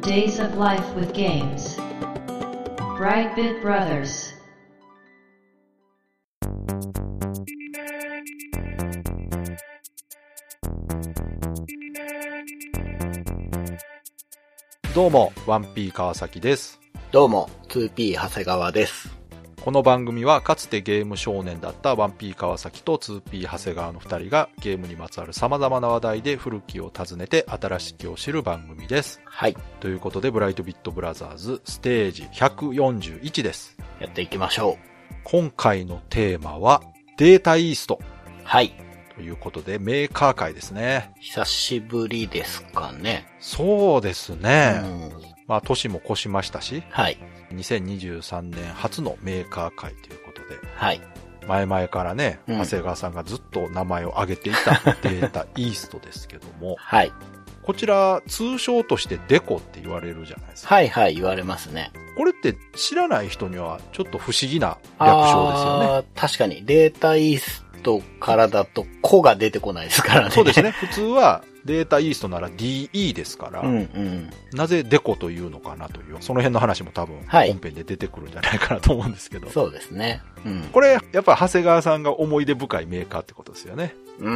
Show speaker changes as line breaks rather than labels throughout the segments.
Days of Life with Games. Brightbit Brothers.
どうも、ワンピー川崎です。
どうも、2P 長谷川です。
この番組はかつてゲーム少年だったワンピー川崎と 2P 長谷川の2人がゲームにまつわる様々な話題で古きを訪ねて新しきを知る番組です。
はい、
ということで、ブライトビットブラザーズステージ141です。
やっていきましょ
今回のテーマはデータイースト
う。はい、
ということでメーカー界ですね。
久しぶりですかね。
そうですね。
うん
まあ年も越しましたし、
はい、
2023年初のメーカー界ということで、
はい、
前々からね、
うん
長谷川さんがずっと名前を挙げていたデータイーストですけど も、
はい、
こちら通称としてデコって言われるじゃないですか。
はい、はい、言われますね。
これって知らない人にはちょっと不思議な略称ですよね。
あー確かに、データイーストからだと、子が出てこないですから ね。
そうです
ね。
ね。普通はデータイーストなら DE ですから、
うん、うん。
なぜデコというのかなという、その辺の話も多分
はい
本編で出てくるんじゃないかなと思うんですけど。
そうですね。うん。
これ、やっぱ長谷川さんが思い出深いメーカーってことですよね。
うー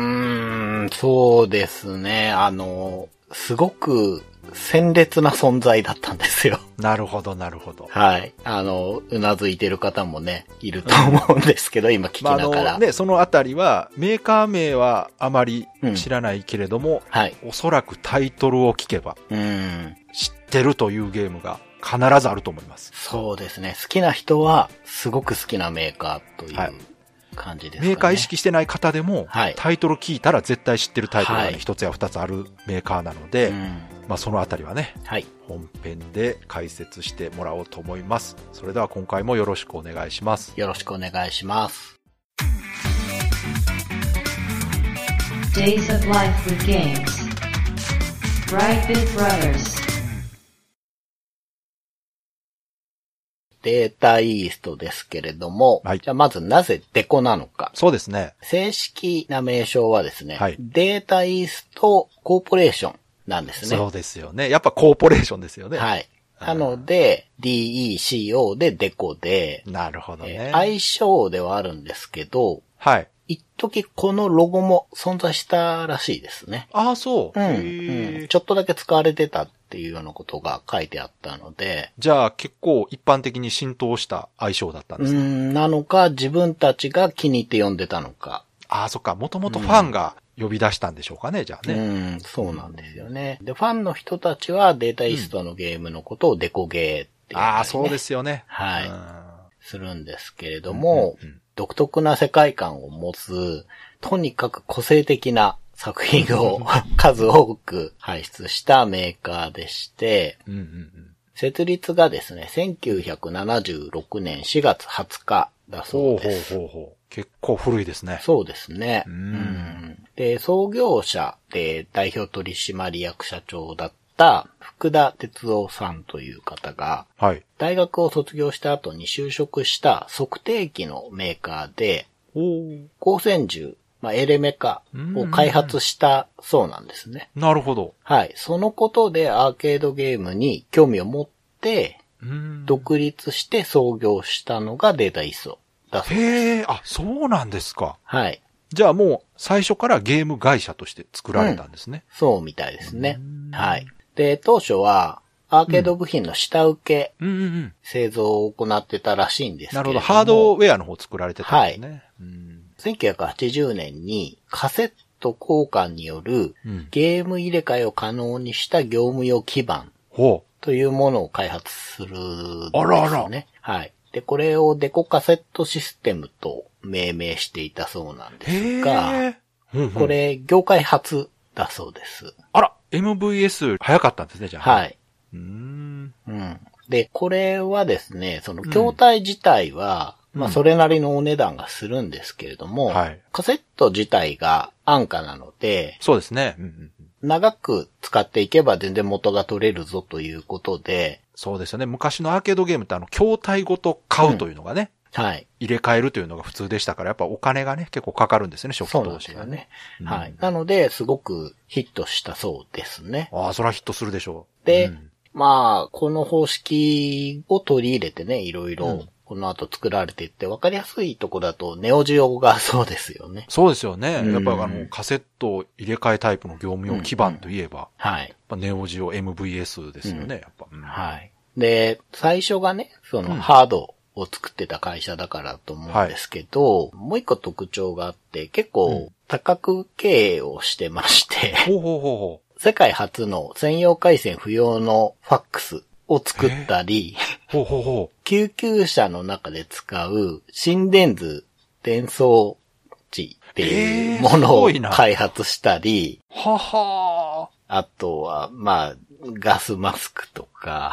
ん、そうですね。あの、すごく、鮮烈な存在だったんですよ。
なるほど、なるほど。
はい。あの、うなずいてる方もね、いると思うんですけど、今聞き
まあ、あ
なが
の
ら。
ね、そのあたりは、メーカー名はあまり知らないけれども、
はい。
おそらくタイトルを聞けば
うん。
知ってるというゲームが必ずあると思います。
そうですね。好きな人は、すごく好きなメーカーとい
はいう
感じですかね。
メーカー意識してない方でも、
はい
タイトル聞いたら絶対知ってるタイトルがね
はい
一、つや二つあるメーカーなので、
うん。
まあそのあたりはね、
はい。
本編で解説してもらおうと思います。それでは今回もよろしくお願いします。
よろしくお願いします。
Days of Life with Games. Brightbit Brothers.
データイーストですけれども、
はい
じゃあまずなぜデコなのか。
そうですね。
正式な名称はですね、
はい
データイーストコーポレーションなんですね。
そうですよね。やっぱコーポレーションですよね。
はい。なので、DECO でデコで、
なるほど
え
ね
ー。相性ではあるんですけど、
はい。
一時このロゴも存在したらしいですね。
ああ、そう。
うん、
へ
う
え
ん。ちょっとだけ使われてたっていうようなことが書いてあったので、
じゃあ結構一般的に浸透した相性だったんで
う
すね。
ん、なのか自分たちが気に入って読んでたのか。
ああ、そっか。もともとファンが呼び出したんでしょうかね、じゃあね。
うん、そうなんですよね。で、ファンの人たちはデータイーストのゲームのことをデコゲーって、
ああ、そうで。すよね。
はい
い。
するんですけれども、
うんうんうん
独特な世界観を持つ、とにかく個性的な作品を 数多く輩出したメーカーでして、
うんうんうん。
設立がですね、1976年4月20日だ
ほう
そう
ほ
で
う
す。
ほうほう。結構古いですね。
そうですね。
う
うんんで、創業者で代表取締役社長だった福田哲夫さんという方が、
はい。
大学を卒業した後に就職した測定器のメーカーで、光線銃、まあ、エレメカを開発したそうなんですね。
なるほど。
はい。そのことでアーケードゲームに興味を持って、
うん
独立して創業したのがデータイーストだそう。
へえ、あ、そうなんですか。
はい。
じゃあもう最初からゲーム会社として作られたんですね。
そうみたいですね
うん。
はい。で、当初は、アーケード部品の下請け
うんうんうん。
製造を行ってたらしいんですけ
な
れ
る
ど
ほ
も。
ど。ハードウェアの方作られてたんですね。うん
1980年にカセット交換による
うん
ゲーム入れ替えを可能にした業務用基盤
ほ
というものを開発するんです、ね。
あらあら
はい。で、これをデコカセットシステムと命名していたそうなん
う。
です
へ
が、
え。うんうん
これ業界初だそうです。
あら、MVS より早かったんですね、じゃあ。
は。い。
うーん。
うん。で、これはですね、その筐体自体は、まあそれなりのお値段がするんですけれども、
はい
カセット自体が安価なので、
そうですね。うんうんうん
長く使っていけば全然元が取れるぞということで、
そうですよね。昔のアーケードゲームってあの、筐体ごと買うというのがね、
はい。
入れ替えるというのが普通でしたから、やっぱお金がね、結構かかるんですよね、初期
そうなん
投
です
資
よ
が
ね
ね。。うん
はい。なので、すごくヒットしたそうですね。
ああ、そらヒットするでしょう。
で
うん
まあ、この方式を取り入れてね、いろいうろ
ん、
この後作られていって、わかりやすいとこだと、ネオジオがそうですよね。
そうですよね。
うん
やっぱりあの、カセットを入れ替えタイプの業務用基盤といえば、
はい。
やっぱネオジオ MVS ですよね、やっぱ。うん
はい。で、最初がね、その
うん
ハードを作ってた会社だからと思うんですけど、もう一個特徴があって、
う
結
ん
構多角経営をしてまして、
ほうほうほうほ
世界初の専用回線不要のファックスを作ったり、
う。ほうほうほ
救急車の中で使う心電図伝送値ってい
えー
うも
す
の
ご
を
いな
開発したり、
う。ははー。
あとは、まあ、ガスマスクとか、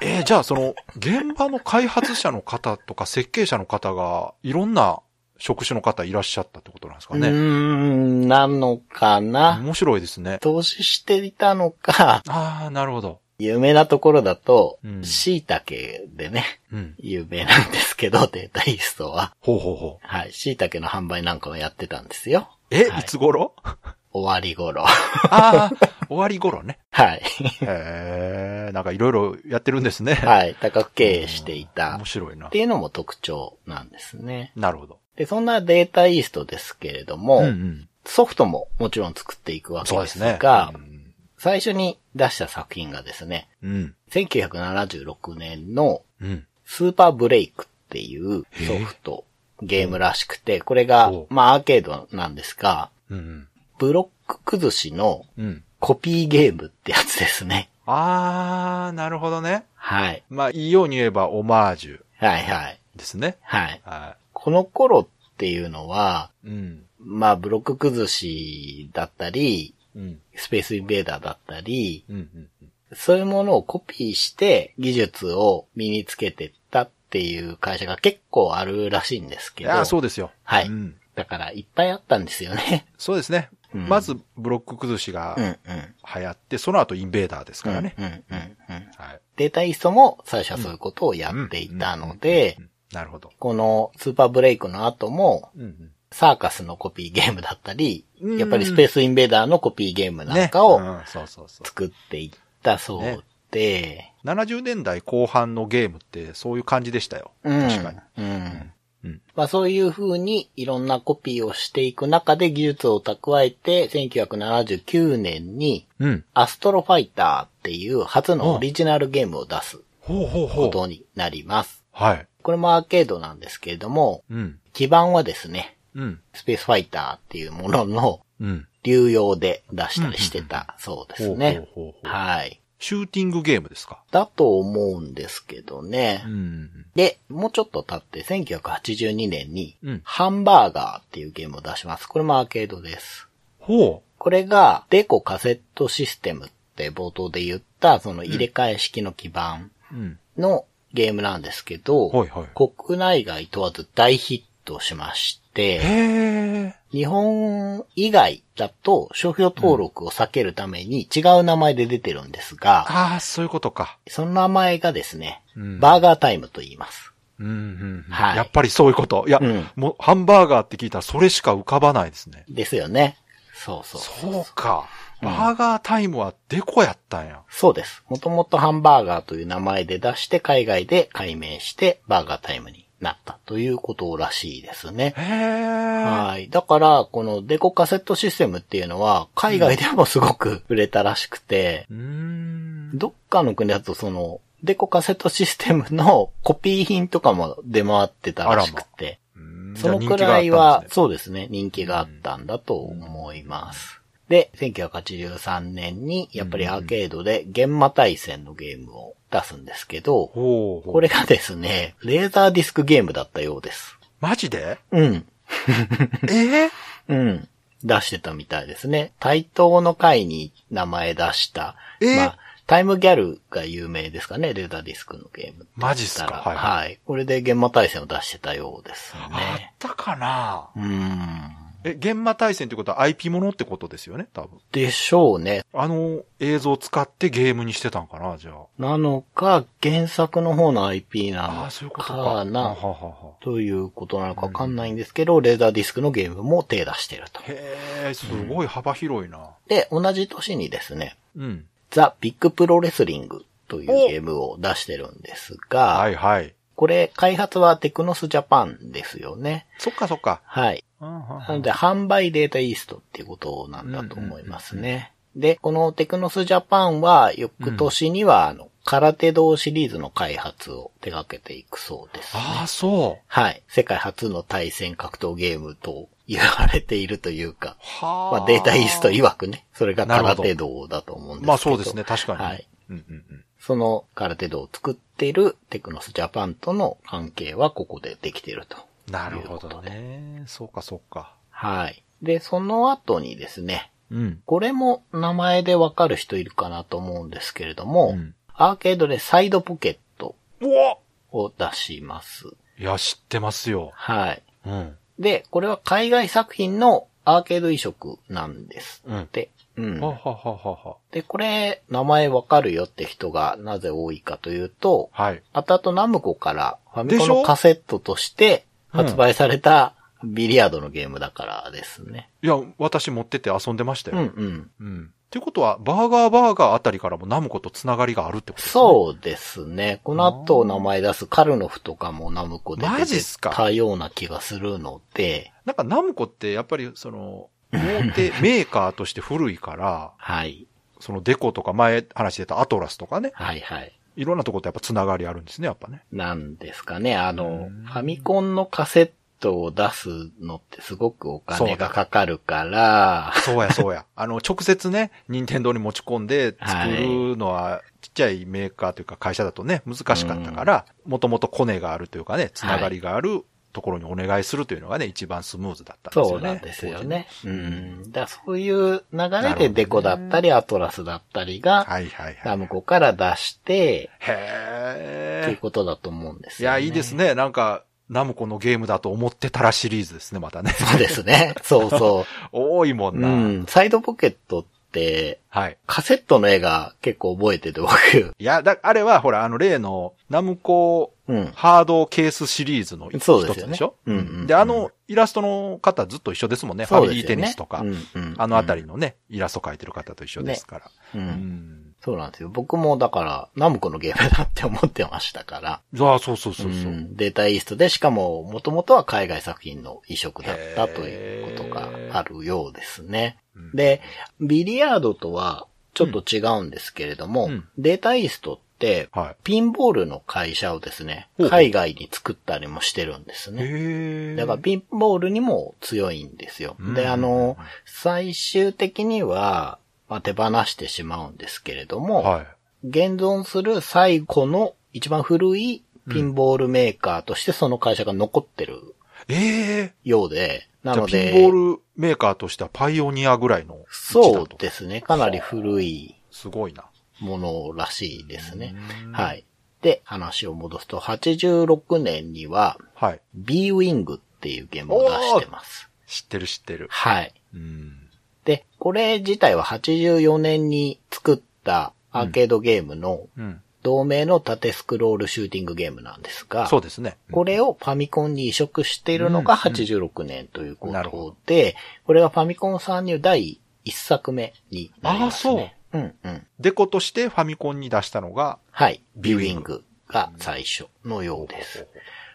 えーじゃあその、現場の開発者の方とか設計者の方が、いろんな職種の方いらっしゃったってことなんですか
うー
ね。
ん、なのかな。
面白いですね。
投資していたのか、
ああ、なるほど。
有名なところだと
う、ん
椎茸でね、
うん。
有名なんですけど、データイーストは。
ほうほうほう。
はい、椎茸の販売なんかもやってたんですよ。
え、
はい
い、つ頃
終わり頃。
ああ、終わり頃ね。
はい。
へえ、なんかいろいろやってるんですね。
はい。多角経営していた
面。白いな
って。いうのも特徴なんですね。
なるほど。
で、そんなデータイーストですけれども、
うんうん。
ソフトももちろん作っていくわけ
そう
で
ですすね。
が、
うん
最初に出した作品がですね、
うん。
1976年の
うん。
スーパーブレイクっていうソフト、ゲームらしくて、これが
おう、
まあアーケードなんですが、
うん。
ブロック崩しの
うん。
コピーゲームってやつです ね。
あー、なるほどね。
はい。
まあ、いいように言えばオマージュ
はいはい。
ですね。
はい。
は
この頃っていうのは、
い。うん。
まあブロック崩しだったり、
うん。
スペースインベーダーだったり、
うん。うん。
そういうものをコピーして技術を身につけてったっていう会社が結構あるらしいんです
い
け
やー、
ど。
そうですよ。
はい
うん。
だからいっぱいあったんですよね。
そうですね。
うん
まず、ブロック崩しが
うんうん。
流行って、その後インベーダーですからね
う。んうんうん。
はい。
データイーストも最初はそういうことをやっていたので
うん、、なるほど。
このスーパーブレイクの後も、
うん。
サーカスのコピーゲームだったり、
うん
やっぱりスペースインベーダーのコピーゲームなんか
ね
を
うんそうそうそう。
作っていったそうで、
70年代後半のゲームってそういう感じでしたよ。
うん
確かに。。
うん。
うん。
まあそういう風にいろんなコピーをしていく中で技術を蓄えて、1979年に
うん。
アストロファイターっていう初のオリジナルゲームを出す
ほうほうほ
こ
う。
とになります。
はい。
これもアーケードなんですけれども、
うん。
基盤はですね、
うん。
スペースファイターっていうものの
うん。
流用で出したりしてたそうです
ほう
ね。
ほうほうほう
はい。
シューティングゲームですか。
だと思うんですけどね。
ん。
で、もうちょっと経って1982年に、
うん
ハンバーガーっていうゲームを出します。これもアーケードです。
ほ
これが、デコカセットシステムって冒頭で言った、その入れ替え式の基盤
う。うん。
のゲームなんですけど、
はいはい
国内外問わず大ヒットしまして、
へえ。
日本以外だと商標登録を避けるために違う名前で出てるんですが、
ああ、そういうことか。
その名前がですね、
うん
バーガータイムと言います。
うんうんうん。
はい
やっぱりそういうこと。いや、
うん
もう、ハンバーガーって聞いたらそれしか浮かばないですね。
ですよね。そうそう。
そうか。バーガータイムはデコやったんや。
そうです。もともとハンバーガーという名前で出して海外で改名してバーガータイムになったということらしいですね。
へえ。
はい。だから、このデコカセットシステムっていうのは海外でもすごく売れたらしくて、
うーん。
どっかの国だとその、デコカセットシステムの コピー品とかも出回ってたらしくて、
うん
そのくらいは、
じゃあ人気があったんですね
そうですね、人気があったんだと思います。で、1983年に、やっぱりアーケードで、ゲンマ対戦のゲームを出すんですけど、
ほうほう。
これがですね、レーザーディスクゲームだったようです。
マジ で
うん。
ええ
うん。出してたみたいですね。対等の会に名前出した。
えー
まあ、タイムギャルが有名ですかね、レーザーディスクのゲームって言ったら。
マジっすかは
はいい。これで現場対戦を出してたようです
あ
ね
っ。たかな
うーん。
え、現場対戦ってことは IP ものってことですよね、多分。
でしょうね。
あの映像を使ってゲームにしてたんかな、じゃあ。
なのか、原作の方の IP な
ああ、そうい
の
うことか。
か
はは
な、
はは
ということなのかわかんないんですけど、レーザーディスクのゲームも手出してると。
へえ、すごい幅広いな。
で、同じ年にですね、
うん。
ザ・ビッグプロレスリングというゲームを出してるんですが、
はいはい。
これ開発はテクノスジャパンですよね。
そっかそっか。
はい。なので、販売データイーストっていうことなんだと思いますね。で、このテクノスジャパンは、翌年には、あの、空手道シリーズの開発を手掛けていくそうです、ね。
ああ、そう。
はい。世界初の対戦格闘ゲームと言われているというか、
は
まあデータイースト曰くね、それが
なるほ
空
ど
手道だと思うんですけど。
まあそうですね、確かに。
はい。
うんうんうん。
その空手道を作っているテクノスジャパンとの関係はここでできていると。
なるほどね。そうかそうか。
はい。で、その後にですね、
うん。
これも名前でわかる人いるかなと思うんですけれども、
うん
アーケードでサイドポケット
うわ
を出します。
いや、知ってますよ。
はい。
うん。
で、これは海外作品のアーケード移植なんですって。うん。
ははははは。
で、これ、名前わかるよって人がなぜ多いかというと、
はい。
後々ナムコからファミコン
でしょ
のカセットとして
うん
発売されたビリヤードのゲームだからですね。
いや、私持ってて遊んでました
うん
よ。
うん。
うん。ってことは、バーガーバーガーあたりからもナムコとつながりがあるってことですね。
そうですね。この後名前出すカルノフとかもナムコで
マ
出
ジってすか
たような気がするので、
なんかナムコってやっぱりその、大手メーカーとして古いから、
はい。して
そのデコとか前話してたアトラスとかね、
はいはい。
いろんなとことやっぱつながりあるんですね、やっぱね。
なんですかね。あ
う
の
ん、
ファミコンのカセットを出すのってすごくお金がかかるから、
そうやそうや。 あの、直接ね、任天堂に持ち込んで作るのは、ちっちゃいメーカーというか会社だとね、難しかったから、もともとコネがあるというかね、つながりがあるところにお願いするというのがね、一番スムーズだったんです
そ
よね。
うなんですよね。う
ね
ん。だからそういう流
る
れ
ほどね
でデコだったり、アトラスだったりが、
当時ね。はいはいは
ナ
い。
ムコから出して、という
へえ。
ことだと思うんです
い
よ、ね。
や、いいです。ね。なんか、ナムコのゲームだと思ってたらシリーズですね、またね。
そうですね。そうそ
多いも
う。
ん
う
な。
ん。サイドポケットって、
はい。
カセットの絵が結構覚えてて、僕。
いや、だ、あれは、ほら、あの、例の、ナムコ
うん。
ハードケースシリーズの一
そうです
つ
よ
で
ね
しょ
うんうんうん
で、あの、イラストの方ずっと一緒ですもんね。ファミリーテニスとか。
そうですよねうんうん
あのあたりのね、イラスト描いてる方と一緒ですから。
う。
うんん。
そうなんですよ。僕もだから、ナムコのゲームだって思ってましたから。
ああ、そうそうそううそう。
んデータイーストで、しかも、もともとは海外作品の移植だったということがあるようですね。
うん
で、ビリヤードとはちょっと違うんですけれども、
うんうん
データイーストって、
はい。
ピンボールの会社をですね
ほう、ほう
海外に作ったりもしてるんですね。
へえ。
だからピンボールにも強いんですよ。
うん
で、あの、最終的には、まあ、手放してしまうんですけれども、
はい。
現存する最後の一番古いピンボールメーカーとしてその会社が残ってる
ええ。
ようで、な
じゃあ
の
ピン
で、
ボールメーカーとしてはパイオニアぐらいの位置だ
そ
と。
うですね、かなり古い
すごいな。
ものらしいですね
うん。
はい。で、話を戻すと、86年には、
はい。
B ウィングっていうゲームを出してます。
知ってる知ってる。
はい。
うん。
で、これ自体は84年に作ったアーケードゲームの
うん。
同名の縦スクロールシューティングゲームなんですが、
そうですね。
これをファミコンに移植しているのが
うんうん
86年というこ
なるほ
とで、これがファミコン参入第1作目になりますね。ああ、そう。うんうん。
デコとしてファミコンに出したのが、
はい。
ビ
ビ
ュー
ュー
イ
イ
ン
ン
グ
グが最初のようです。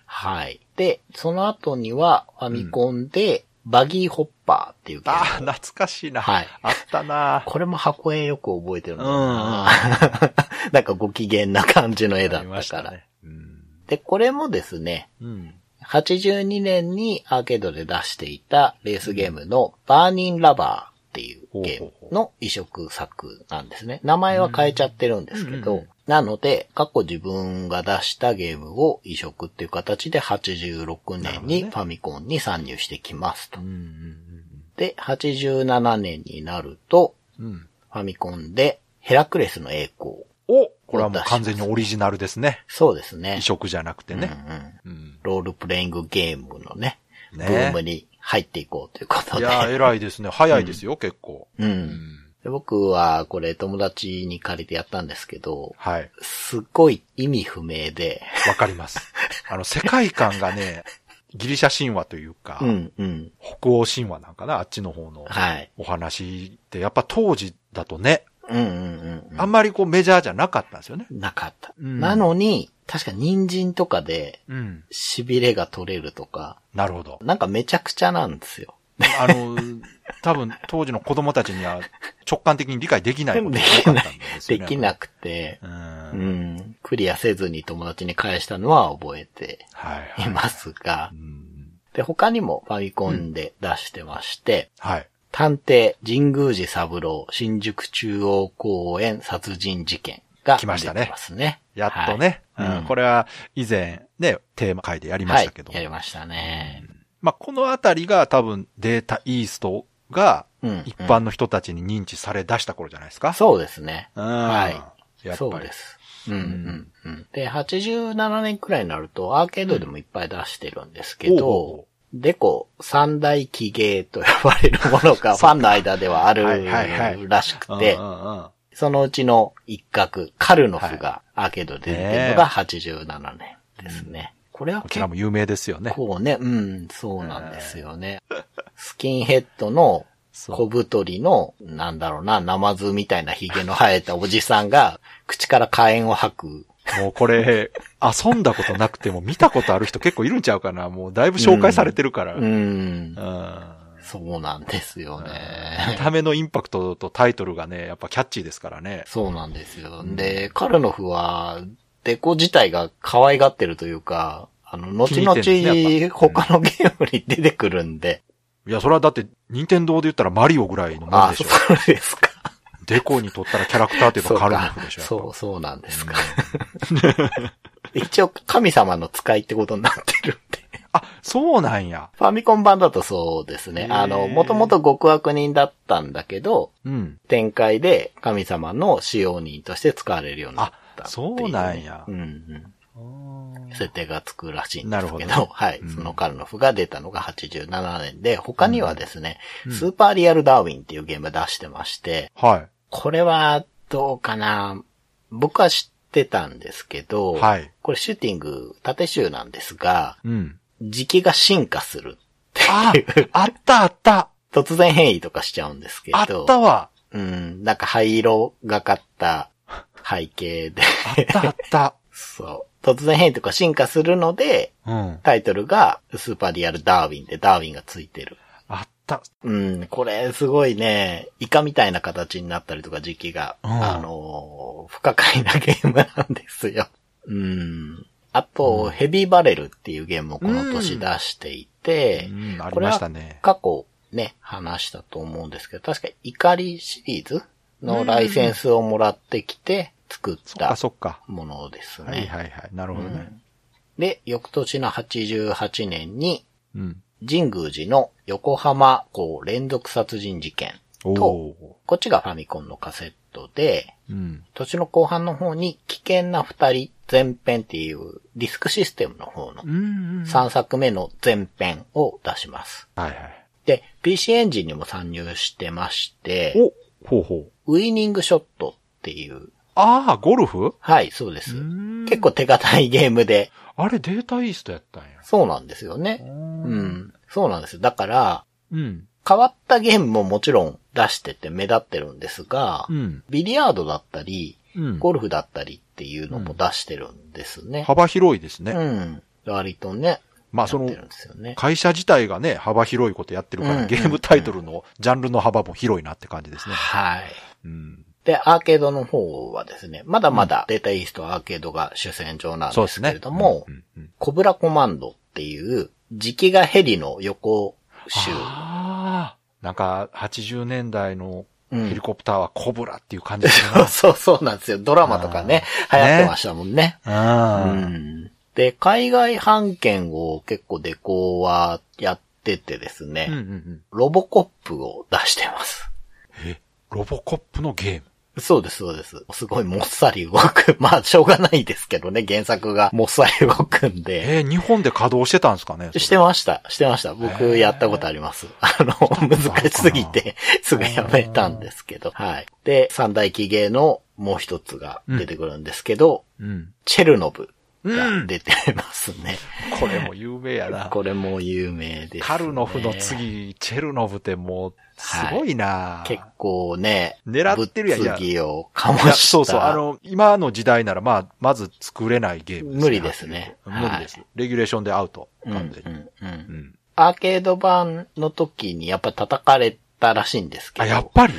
はい。で、その後にはファミコンでバギーホッパーっていうゲーム
ああ、懐かしいな。
はい
あったな。
これも箱絵よく覚えてるんだよ
うん
な。 なんかご機嫌な感じの絵だ
あり
っ
ま
た
し
から。
ね。うん
で、これもですね、
うん。
82年にアーケードで出していたレースゲームのバーニンラバーっていうゲームの移植作なんですね。名前は変えちゃってるんです
う
け
んうん
ど、なので、過去自分が出したゲームを移植っていう形で86年にファミコンに参入してきますと
うん。
で、87年になると、
うん。うん。
ファミコンでヘラクレスの栄光。
おこれはもう完全にオリジナルですね。
そうですね。
移植じゃなくてね。
うんうん
うん。
ロールプレイングゲームのね、ブ
ね
ームに入っていこうということ
い
で。
やー、偉いですね。早いですよ、結構。
う。
うん
で僕はこれ友達に借りてやったんですけど、
はい。
すっごい意味不明で、
わかり ます。あの、世界観がね、ギリシャ神話というか、
うんうん。
北欧神話なんかな、あっちの方の
はい。
お話って、やっぱ当時だとね、
ううんうんうん。
あんまりこうメジャーじゃなかったんですよね。
なかった。
うん
なのに、確か人参とかで、
うん。
痺れが取れるとか、
なるほど。
なんかめちゃくちゃなんですよ。
あの、多分当時の子供たちには直感的に理解できないことが多かったんですよ
で
ね。
きなくて、
う。
うんん、クリアせずに友達に返したのは覚えて
はいはい
ますが
い。う、ん
で、他にもファミコンで出してまして、
はい。
探偵、神宮寺三郎、新宿中央公園殺人事件が
来ましたね
出てますね。
やっとね。
はい
うん
うん
これは以前ね、テーマ会でやりま
はい。
したけど。
はい、やりましたね。
まあ、このあたりが多分データイーストが
うん
一般の人たちに認知され出した頃じゃないですか。
そうですね。
うん。
はい。
やっ
そう
ぱ
で
り。
す。うんうんうん。で、87年くらいになると、アーケードでもいっぱい出してるんです
お
け
うおうお
ど
う、
デコ三大奇芸と呼ばれるも のがファンの間ではある
はいはいはい
らしくて
うん、うんうん
そのうちの一角、カルノフがアーケードで出てるの
ねえ
が87年ですね。これは
こち
結
らも有名ですよね。
構ね、うん、そうなんですよね。スキンヘッドの小太りの、なんだろうな、ナマズみたいなヒゲの生えたおじさんが、口から火炎を吐く。
もうこれ、遊んだことなくても見たことある人結構いるんちゃうかな。もうだいぶ紹介されてるから。
う
うん
ん、
見
そうなんですよね。
た目のインパクトとタイトルがね、やっぱキャッチーですからね。
そうなんですよ。で、カルノフは、デコ自体が可愛がってるというか、あの、後々、
気に入ってんですねやっぱ
他のゲームに出てくるんで、
いや、それはだって、任天堂で言ったらマリオぐらいのもん
あ、
でし
そ
ょ。
うですか。
デコにとったらキャラクターといえ
そう
ばカルノ
か
フでしょ。やっぱ
そう、そうなんですか。一応、神様の使いってことになってるんで。
あ、そうなんや。
ファミコン版だとそうですね。
へー
あの、もともと極悪人だったんだけど、
うん。
展開で神様の使用人として使われるようになったっていね
あそうなんや
うんうん。設定がつくらしいん
な
で
る
す
ほ
け
ど
ど、はい。
うん
そのカルノフが出たのが87年で、他にはですね、スーパーリアルダーウィンっていうゲーム出してまして、
は
これはどうかな僕は知ってたんですけど、
はい
これシューティング縦集なんですが、
い。 うん。
時期が進化する。
あ、あったあった。
突然変異とかしちゃうんですけど。
あったわ。
うん、なんか灰色がかった背景で、
あったあった。
そう。突然変異とか進化するので、
うん。
タイトルがスーパーリアルダーウィンでダーウィンがついてる。
あった。
うん、これすごいね、イカみたいな形になったりとか時期が、
うん
あのー不可解なゲームなんですよ。うん。あと、ヘビーバレルっていうゲームをこの年出していて、
うん、あり
これ
ま
は
したね。
過去ね、話したと思うんですけど、確か怒りシリーズのライセンスをもらってきて作っ
そっか
た
そっか。
ものですね。
はいはいはい。なるほどね。
で、翌年の88年に、
うん。
神宮寺の横浜港連続殺人事件
お
と、
お
こっちがファミコンのカセットで、
ー。うん。
年の後半の方に危険な二人前編っていうディスクシステムの方の
うんうん。
3作目の前編を出します。
はいはい。
で、PC エンジンにも参入してまして、
おほうほう。
ウィニングショットっていう。
ああ、ゴルフ
はい、そうです。
ん
結構手堅いゲームで。
あれデータイーストやったんや。
そうなんですよね。うん。そうなんですよ。だから、
うん。
変わったゲームももちろん出してて目立ってるんですが、
うん。
ビリヤードだったり、
うん。
ゴルフだったりっていうのも出してるんですね。
幅広いですね。
うん。割とね。
まあその
やってるんですよね。
会社自体がね、幅広いことやってるから、
うん
ゲームタイトルのジャンルの幅も広いなって感じですね。
はい。
うん。
で、アーケードの方はですね、まだまだデータイーストアーケードが主戦場なん
そうで
で
すす
け
ね。
れども、
うんうんうん
コブラコマンドっていう、時期がヘリの横集。
ああ。なんか、80年代の
うん
ヘリコプターはコブラっていう感じです ね。
そうそうなんですよ。ドラマとかね、
あ
流
ー
行ってましたもんね。う
あー
ん。で、海外版権を結構デコはやっててですね、
うんうんうん。
ロボコップを出してます。
え、ロボコップのゲーム。
そうです、そうです。すごいもっさり動く。 まあ、しょうがないですけどね、原作がもっさり動くんで。
えー日本で稼働してたんですかねそれ
してました、してました。僕
へえ
やったことあります。 あ の、難しすぎて、すぐやめたんですけど。はい。で、三大奇芸のもう一つが出てくるんですけど、
うん。
チェルノブ。が出てますね。
これも有名やな。
これも有名です、ね。
カルノフの次、チェルノブってもう、すごいな、
結構ね、
狙ってるやん
物議を醸
いや
し た。
そうそう。あの、今の時代なら、まあ、まず作れないゲーム
無理ですね
無理です。レギュレーションでアウト。
うん、う
完全に。
ん、うん
う。ん。
アーケード版の時にやっぱ叩かれたらしいんですけど。
あ、やっぱり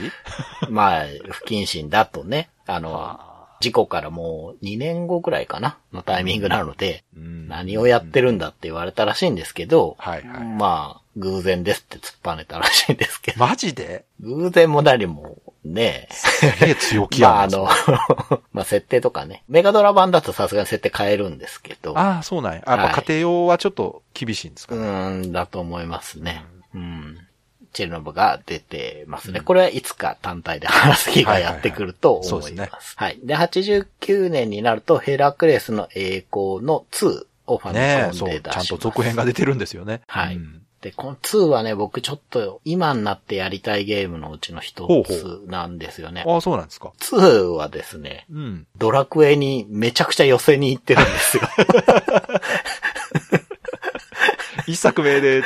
まあ、不謹慎だとね、あの、事故からもう2年後くらいかな、のタイミングなので、
うん
何をやってるんだって言われたらしいんですけど、
はいはい
まあ、偶然ですって突っぱねたらしいんですけど、
マジで
偶然も何もね、
すげえ強気や
ま
な。
ああの、 まあ設定とかね、メガドラ版だとさすがに設定変えるんですけど、
ああ、そうなんや。あやっぱ
はい
家庭用はちょっと厳しいんですか、
うーん、だと思いますね。うん。チェルノブが出てますね。これはいつか単体で話す機がやってくると
はいはいはい
思いま。
そうです
はい。で、89年になるとヘラクレスの栄光の2をファ
ねえ、
ミコン
そ
で
う。
出
ち
し
ゃ
ま
ん
す。
と続編が出てるんですよね。
はい
うん
で、この2はね、僕ちょっと今になってやりたいゲームのうちの一
ほうほ
つなんですよね。
ああ、そうなんですか。
2はですね、
うん。
ドラクエにめちゃくちゃ寄せに行ってるん ですよ。
一作目で、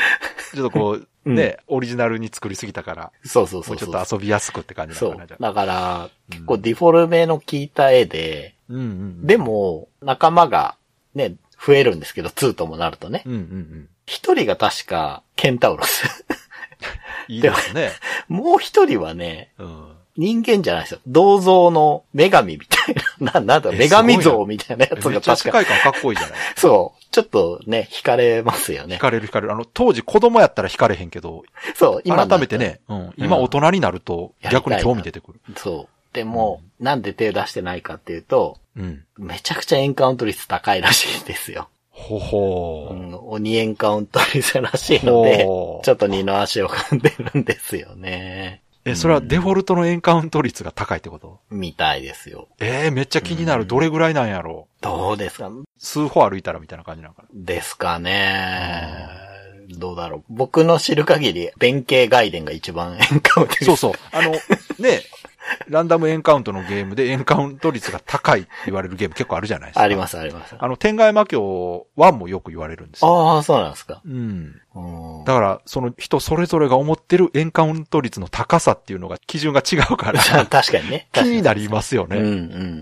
ちょっとこう、
うん
ね、オリジナルに作りすぎたから、
そうそう
も
そうう
ち
そ
ょ
う。
っと遊びやすくって感じな
そ
のかな、
う
じゃ。あ。
だから、結構ディフォルメの効いた絵で、
うんうん。
でも、仲間がね、増えるんですけど、2ともなるとね
う。んうんうん。
一人が確か、ケンタウロス。
いいですね。
もう一人はね、
うん。
人間じゃないですよ。銅像の女神みたいな、な、なんだろう、
え
女
すごいな
神像みたいなやつ
め
が
っちゃ
確
世
か、
界観かっこいいじゃない
そう、ちょっとね、惹かれますよ
惹
ね。
かれる惹かれる。あの、当時子供やったら惹かれへんけど、
そう、今
改めて。ね、うん、今大人になると逆に興味出てくる。
そう。でも、なんで手出してないかっていうと、
うん。
めちゃくちゃエンカウント率高いらしいんですよ。
ほほ
う
ー。
ん、鬼エンカウント率らしいので
ほ、う
ちょっと二の足を踏んでるんですよね。
え、それはデフォルトのエンカウント率が高いってこと
みたいですよ。
ええめっちゃ気になる。どれぐらいなんやろ
どうですか
う数歩歩いたらみたいな感じなのかな
ですかね。どうだろう。僕の知る限り、弁慶外伝が一番エンカウント率
そうそう。あの、ね、ランダムエンカウントのゲームでエンカウント率が高いって言われるゲーム結構あるじゃないですか。
ありますあります。あ
あの、天外魔境1もよく言われるんですよ。
あー、そうなんですか。
うん。
うん
だから、その人それぞれが思ってるエンカウント率の高さっていうのが基準が違うから、
確かにね。
気
確か
になりますよ
に。うん
ね。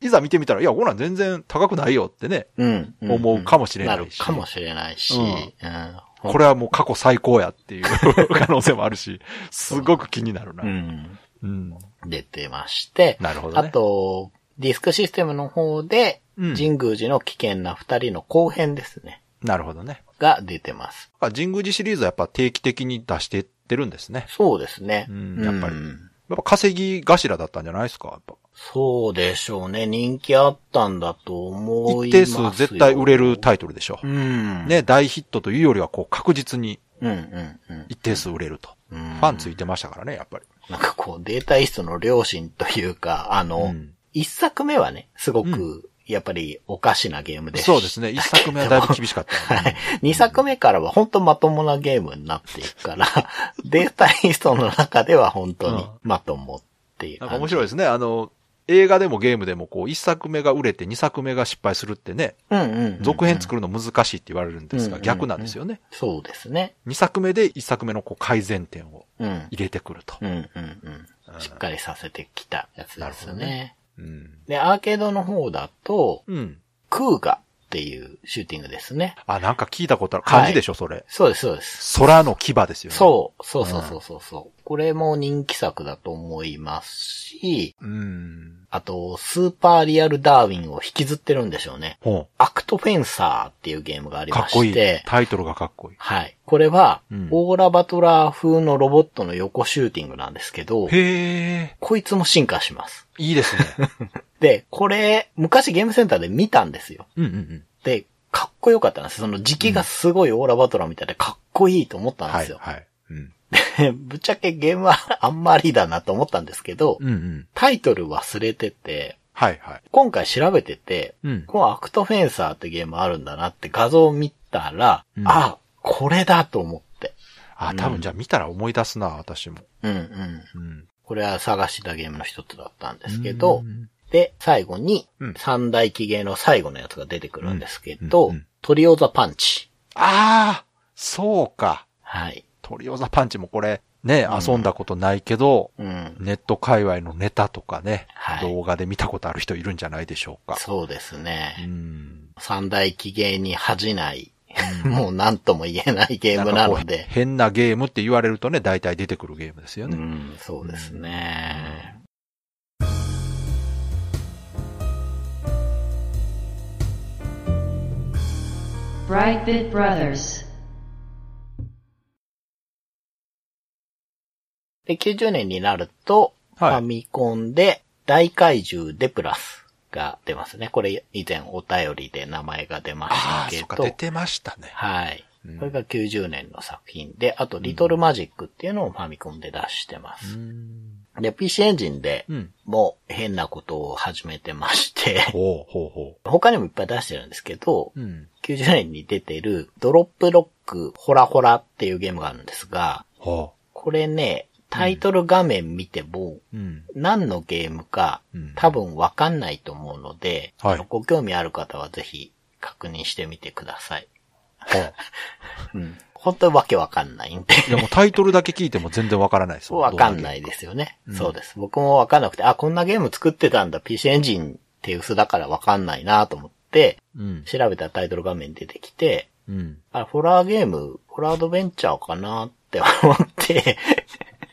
いざ見てみたら、いや、こんなん全然高くないよってね、
うんうん。うん。
思うかもしれないし
なるかもしれないし。
う
うんん。
これはもう過去最高やっていう 可能性もあるし、すごく気になるな。
う
うん。
ん。出てまして。
なるほどね
あと、ディスクシステムの方で、
うん
神宮寺の危険な二人の後編ですね。
なるほどね。
が出てます。
だから神宮寺シリーズはやっぱ定期的に出していってるんですね。
そうですね。
うんやっぱり
うん
やっぱ稼ぎ頭だったんじゃないですかやっぱ
そうでしょうね。人気あったんだと思い
一
ます
定
よ。
数絶対売れるタイトルでしょ
う。ん。。
ね、大ヒットというよりはこう確実に
うんうんうん。
一定数売れると。フ
うん
ァンついてましたからね、やっぱり。
なんかこう、データイストの良心というか、あ
う
の
ん、
一、作目はね、すごく、
う
やっぱりおかしなゲームでした
そうですね。一作目はだいぶ厳しかった。
はい。二作目からは本当まともなゲームになっていく から、データインストの中では本当にまともっていう
な
感
ん
じ。
か面白い
い。
ですね。あの、映画でもゲームでもこう、一作目が売れて二作目が失敗するってね、
うんうん、うん。
続編作るの難しいって言われるんですが、
うん
逆なんですよね。
そうですね。
二作目で一作目のこう改善点を
うん。
入れてくると
う。んうんうん。しっかりさせてきたやつ
なる
で
ほ
す
ど
ね。
ねうん。
で、アーケードの方だと、
うん。
クーガっていうシューティングですね。
あ、なんか聞いたことある。漢字でしょ、それ。
そうです、そうです。
空の牙ですよね。
そう、そうそうそうそうそう、これも人気作だと思いますし、
う。うん。
あと、スーパーリアルダーウィンを引きずってるんでしょうね。
ほ
アクトフェンサーっていうゲームがあ
う。
り
か
ま
っこい
し
い
て、。
タイトルがかっこいい。
はい。これは
うん、
オーラバトラー風のロボットの横シューティングなんですけど、
へえ、
こいつも進化します。
いいですね。
で、これ、昔ゲームセンターで見たんですよ。
うんうんうん。
で、かっこよかったんです。その時期がすごいオーラバトラーみたいでかっこいいと思ったん
は
で
い、
すよ。
はい。うん。
ぶっちゃけゲームはあんまりだなと思ったんですけど、
うんうん。
タイトル忘れてて、
はい、はい。
今回調べてて、
うん。
このアクトフェンサーってゲームあるんだなって画像を見たら、
うん
あ、これだと思って。
あ、多分じゃあ見たら思い出すな、私も。
うんうん。
うん。
これは探してたゲームの一つだったんで
です
けど、で、最後に
うん、
三大機芸の最後のやつが出てくるんですけ
う
ど
んうんうん、
トリオザパンチ。
ああそうか。
はい。
トリオザパンチもこれ、ね、遊んだことないけど、
うん。
ネット界隈のネタとかね、
はい
動画で見たことある人いるんじゃないでしょうか。
そうです
う
ね。
ん。
三大機芸に恥じない、 もう何とも言えないゲーム
なんか
な
こ
の
う
で。
変なゲームって言われるとね、大体出てくるゲームですよ
う
ね。
ん、そうですね。
Brightbit Brothers.
で、90年になると、
はい
ファミコンで大怪獣デプラスが出ますね。これ以前お便りで名前が出ま
ああ、
し
そったか、
け
出
ど、
てましたね。
はい。
うん
これが90年の作品で、あと、リトルマジックっていうのをファミコンで出してます。で、PC エンジンで
うん。
もう変なことを始めてまして、
ほうほうほ
他にもいっぱい出してるんですけど、
う。うん。
90年に出てるドロップロックホラホラっていうゲームがあるんですが、
ほ
これね、タイトル画面見ても、
う。うん。
何のゲームか
うん、
多分わかんないと思うので、
はい
ご興味ある方はぜひ確認してみてください。
ほう。
うん。本当にわけわかんないんで。
いやもうタイトルだけ聞いても全然わからないです。。
わかんないいですよね。そうです。僕もわかんなくて、あ、こんなゲーム作ってたんだ、PC エンジンっていう薄だからわかんないなと思って、
うん。
調べたらタイトル画面出てきて、
うん。
あ、ホラーゲーム、ホラーアドベンチャーかなって思 って、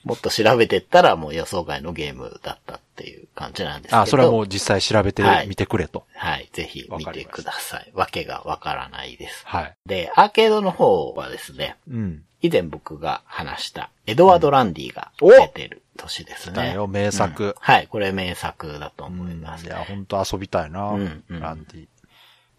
もっと調べてったらもう予想外のゲームだったっていう感じなんですけど。
あ、それはもう実際調べて
はい
みてくれと。
はい、ぜひ見てください。わけがわからないです。
はい。
で、アーケードの方はですね、
うん。
以前僕が話した、エドワード・ランディが
うんお
出てる年です
だ
ね。
よ、名作。
はい、これ名作だと思いま
い
す。
や、本当遊びたいな、
うんうん
ランディ。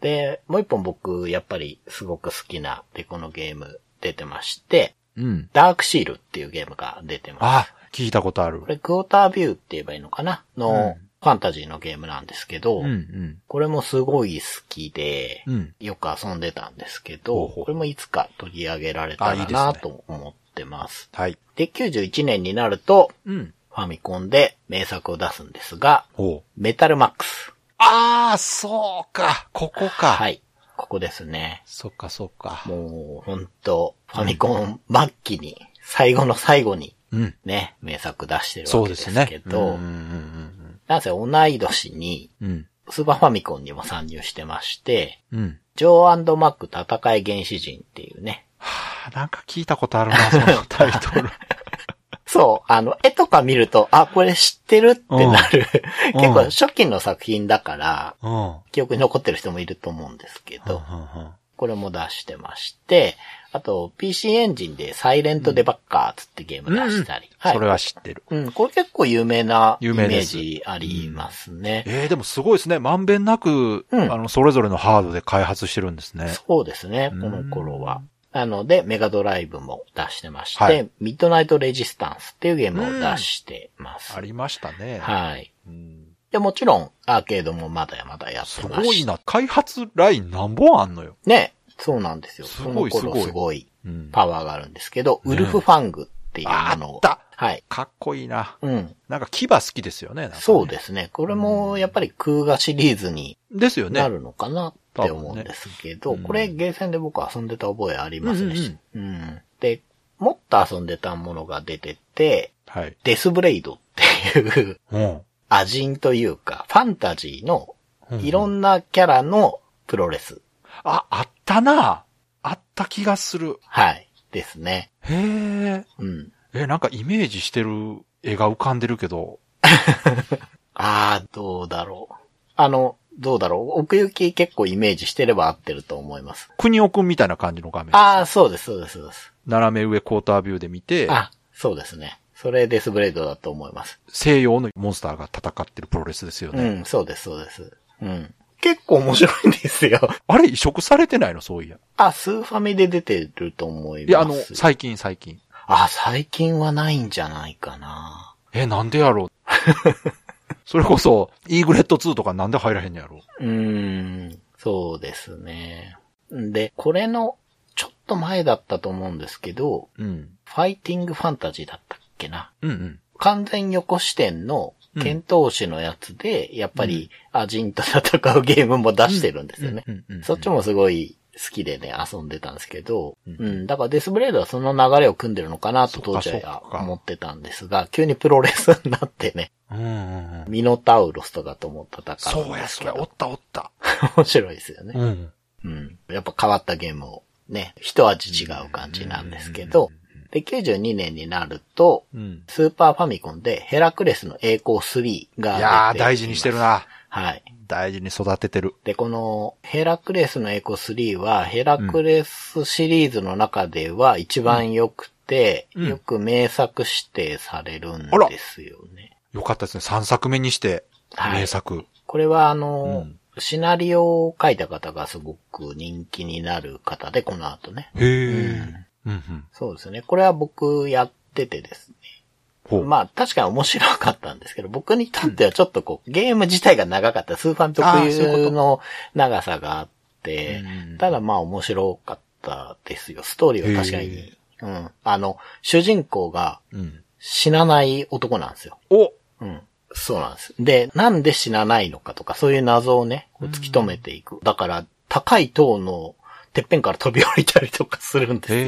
で、もう一本僕、やっぱりすごく好きな、で、このゲーム出てまして、
うん。
ダークシールっていうゲームが出てます。
あ、聞いたことある
こ。れ、クォータービューって言えばいいのかなの、
うん
ファンタジーのゲームなんですけど、
うん、うん。
これもすごい好きで、
うん。
よく遊んでたんですけ
ほう
ど、
ほう
これもいつか取り上げられた
あいい
ら
ですね
なと思ってます。
はい。
で91年になると、
うん。
ファミコンで名作を出すんですが、
ほう。
メタルマックス。
ああ、そうか。ここか。。
はいい。ここですね。
そっか、そっか。
もう、ほんと、ファミコン末期に、最後の最後に、
うん。
ね、名作出してる
そ
わ
う
け
で
です
すね。
けど、
うん、うん、
なぜ同い年に、
うん。うん。
スーパーファミコンにも参入してまして、
うん。
ジョーマック戦い原始人っていうね、
はあ、なんか聞いたことあるな、そのタイト ル。
そう、あの、絵とか見ると、あ、これ知ってるってなる。
うん
結
うん
構初期の作品だから、
うん。うん、
記憶に残ってる人もいると思うんですけ
うん、う
ど、
ん。
これも出してまして、あと、PC エンジンでサイレントデバッカーつってゲーム出したり。
それ
はい。
は知ってる。
うん、これ結構有名なイ
有
メ
名
ー
です
ジありますね。
ええでもすごいですね。まんべんなく、
うん
あの、それぞれのハードで開発してるんですね。
そうですね、この頃は。なので、メガドライブも出してまして、
はい
ミッドナイトレジスタンスっていうゲームを出してます。
ありましたね。
はい。
うん
で、もちろん、アーケードもまだまだやって
す
ま
ご
し
いな。開発ライン何本あんのよ。
ね、そうなんですよ。
す
そ
ご
の
い
頃
すごい
すごい
うん
パワーがあるんですけど、
ね
ウルフファングっていうものを。
あった
はい。
かっこいいな。
うん。
なんか牙好きですよね。なんかね
そうですね。これもやっぱり空画シリーズに
ですよね。
なるのかなって思うんですけど、
ね
これゲーセンで僕遊んでた覚えありますね。
う
うんで、もっと遊んでたものが出てて、
はい。
デスブレイドっていう
うん。
アジンというか、ファンタジーの
うん
いろんなキャラのプロレス。
あ、あったな。あった気がする。
はい。ですね。
へえ。
うん。
え、なんかイメージしてる絵が浮かんでるけど。
ああ、どうだろう。あの、どうだろう。奥行き結構イメージしてれば合ってると思います。
国尾くんみたいな感じの画面。
ああ、そうです、そうです、そうです。
斜め上クォータービューで見て、
あ、そうですね。それデスブレードだと思います。
西洋のモンスターが戦ってるプロレスですよ
う
ね。
ん、そうです、そうです。うん。結構面白いんですよ。
あれ移植されてないのそういや。
あ、スーファミで出てると思います。
いや、あの、最近最近。
あ、最近はないんじゃないかな。
え、なんでやろう それこそ、イーグレット2とかなんで入らへんのやろ
うーん、そうですね。で、これの、ちょっと前だったと思うんですけど、
う。うん。
ファイティングファンタジーだったっけな。
うんうん。
完全横視点の
うん
剣闘士のやつで、やっぱり、アジンと戦うゲームも出してるんですよね
うんうんうんうん。
そっちもすごい好きでね、遊んでたんですけど、
うん
うん、だからデスブレードはその流れを組んでるのかなと当時
そっか
は
そっか
思ってたんですが、急にプロレスになってね、
うんうんうん。
ミノタウロスとかとも戦う
そ
ん
う
で
や、
す
そ
け
うや、お
ど
っ、たおった。
面白いですよね。
うん。
うん。やっぱ変わったゲームをね、一味違う感じなんですけど、で、92年になると、
うん。
スーパーファミコンでヘラクレスの栄光3が
い
出て
やー、大事にしてる。な。
はい。
大事に育ててる。
で、このヘラクレスの栄光3は、ヘラクレスシリーズの中では一番良くて、
うん
よく名作指定されるん
あら
ですよね。
よかったですね。3作目にして、
はい
名作。
これはあの、
うん
シナリオを書いた方がすごく人気になる方で、この後ね。
へー。うんうん。
そうですね。これは僕やっててですね。
ほう。
まあ確かに面白かったんですけど、僕にとってはちょっとこう、ゲーム自体が長かった、スーファミ特
あーそういうこ
有
と
の長さがあって
うん、
ただまあ面白かったですよ。ストーリーは確か
へ
に。うん。あの、主人公が
うん。
死なない男なんですよ。
お
うん。そうなんです。で、なんで死なないのかとか、そういう謎をね、こう突き止めていく。だから、高い塔のてっぺんから飛び降りたりとかするんですよ。
へ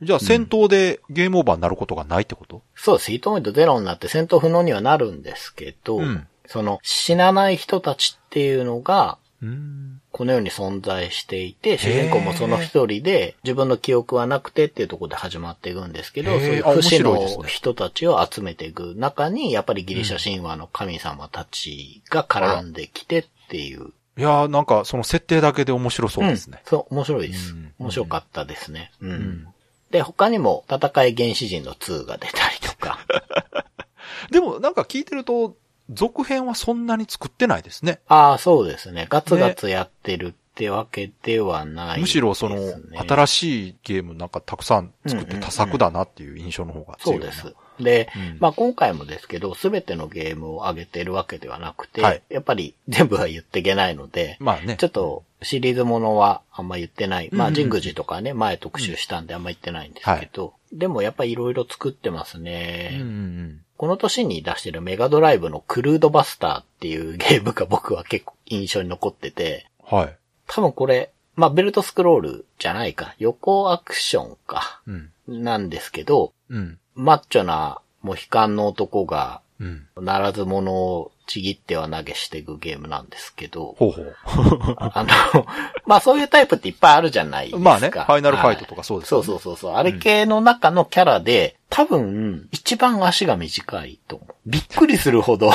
ー。じゃあ戦闘でゲームオーバーになることがないってこと
そうです。ヒートメイトゼロになって戦闘不能にはなるんですけど、
うん
その死なない人たちっていうのが、
うん。
この世に存在していて、主人公もその一人で、自分の記憶はなくてっていうところで始まっていくんですけど、
へ
そ
ー
ういう
あ
不死
面白いです
の
ね
人たちを集めていく中に、やっぱりギリシャ神話の神様たちが絡んできてっていう。
いやー、なんかその設定だけで面白そうですね
ん。そう、面白いです
うん。
面白かったですね。うん。
ん
で、他にも、戦い原始人の2が出たりとか。
でもなんか聞いてると、続編はそんなに作ってないですね。
ああ、そうですね。ガツガツやってるってわけではない、
むしろその、
しい
新しいゲームなんかたくさん作って多作だなっていう印象の方が強
そ
いうな
です。。で、
うん
まあ今回もですけど、すべてのゲームを上げてるわけではなくて、
はい
やっぱり 全部は言っていけないので、
まあね。
ちょっとシリーズものはあんま言ってない。ま
う
あ
んうんう
神
ん
宮寺とかね、前特集したんであんま言ってないんですけど、でもやっぱりいろいろ作ってますね。
うんうんうん。
この年に出してるメガドライブのクルードバスターっていうゲームが僕は結構印象に残ってて、
はい。
多分これ、まあ、ベルトスクロールじゃないか。横アクションか。
うん。
なんですけど、
うん。
マッチョなモヒカンの男が、
うん。
ならず者をちぎっては投げしていくゲームなんです けど、
ほうほう。
あの、まあ、そういうタイプっていっぱいあるじゃないですか。
まあね、ファイナルファイトとかそうです
そう
よね。
そうそうそう。あれ系の中のキャラで、多分、一番足が短いと思う。びっくりする ほど、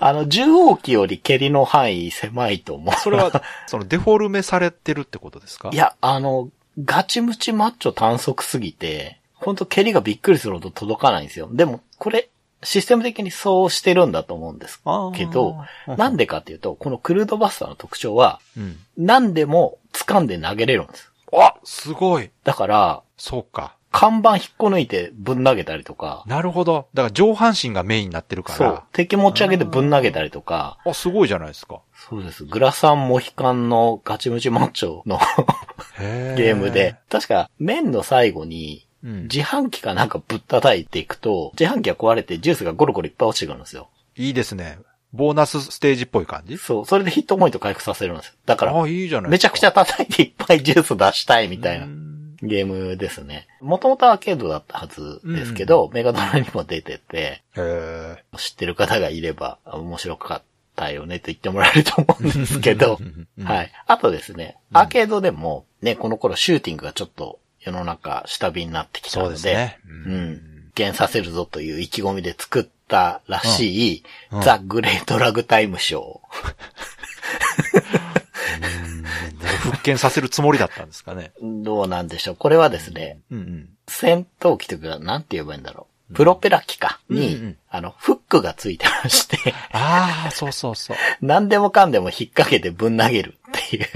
あの、縦横機より蹴りの範囲狭いと思う。
それは、そのデフォルメされてるってことですか
いや、あの、ガチムチマッチョ短足すぎて、ほんと蹴りがびっくりするほど届かないんですよ。でも、これ、システム的にそうしてるんだと思うんです
あー
けど、なんでかっていうと、このクルードバスターの特徴は、
うん。
何でも掴んで投げれるんです。
あすごい
だから、
そうか。
看板引っこ抜いてぶん投げたりとか、
なるほど。だから上半身がメインになってるから。
そう。敵持ち上げてぶん投げたりとか、
あ、すごいじゃないですか。
そうです。グラサンモヒカンのガチムチマッチョの
へ
ゲームで、。確か、面の最後に、
うん。
自販機かなんかぶったたいていくと、自販機が壊れてジュースがゴロゴロいっぱい落ちてくるんですよ。
いいですね。ボーナスステージっぽい感じ
そう、それでヒットポイント回復させるんですよ。だから、
あ、いいじゃない
めちゃくち
ゃ、
ゃ叩いていっぱいジュース出したいみ
み
たいな。ゲームですね。もともとアーケードだったはずですけど、メガドラにも出てて、
へえ。
知ってる方がいればあ面白かったよねと言ってもらえると思うんですけど
う、ん
はい。あとですね、アーケードでも、ね、この頃シューティングがちょっと世の中下火になってきた
そう
の
で
で、
すね。
うん。減させるぞという意気込みで作ったらしい、
うんうん
ザ・グレート・ラグタイムショー。
復権させるつもりだったんですかね。
どうなんでしょう。これはですね、
うんうん。
戦闘機というか、なんて言えばいいんだろう。プロペラ機か。に、
うんうん
あの、フックがついてまして、
ああ、そうそうそう。
何でもかんでも引っ掛けてぶん投げるっていう。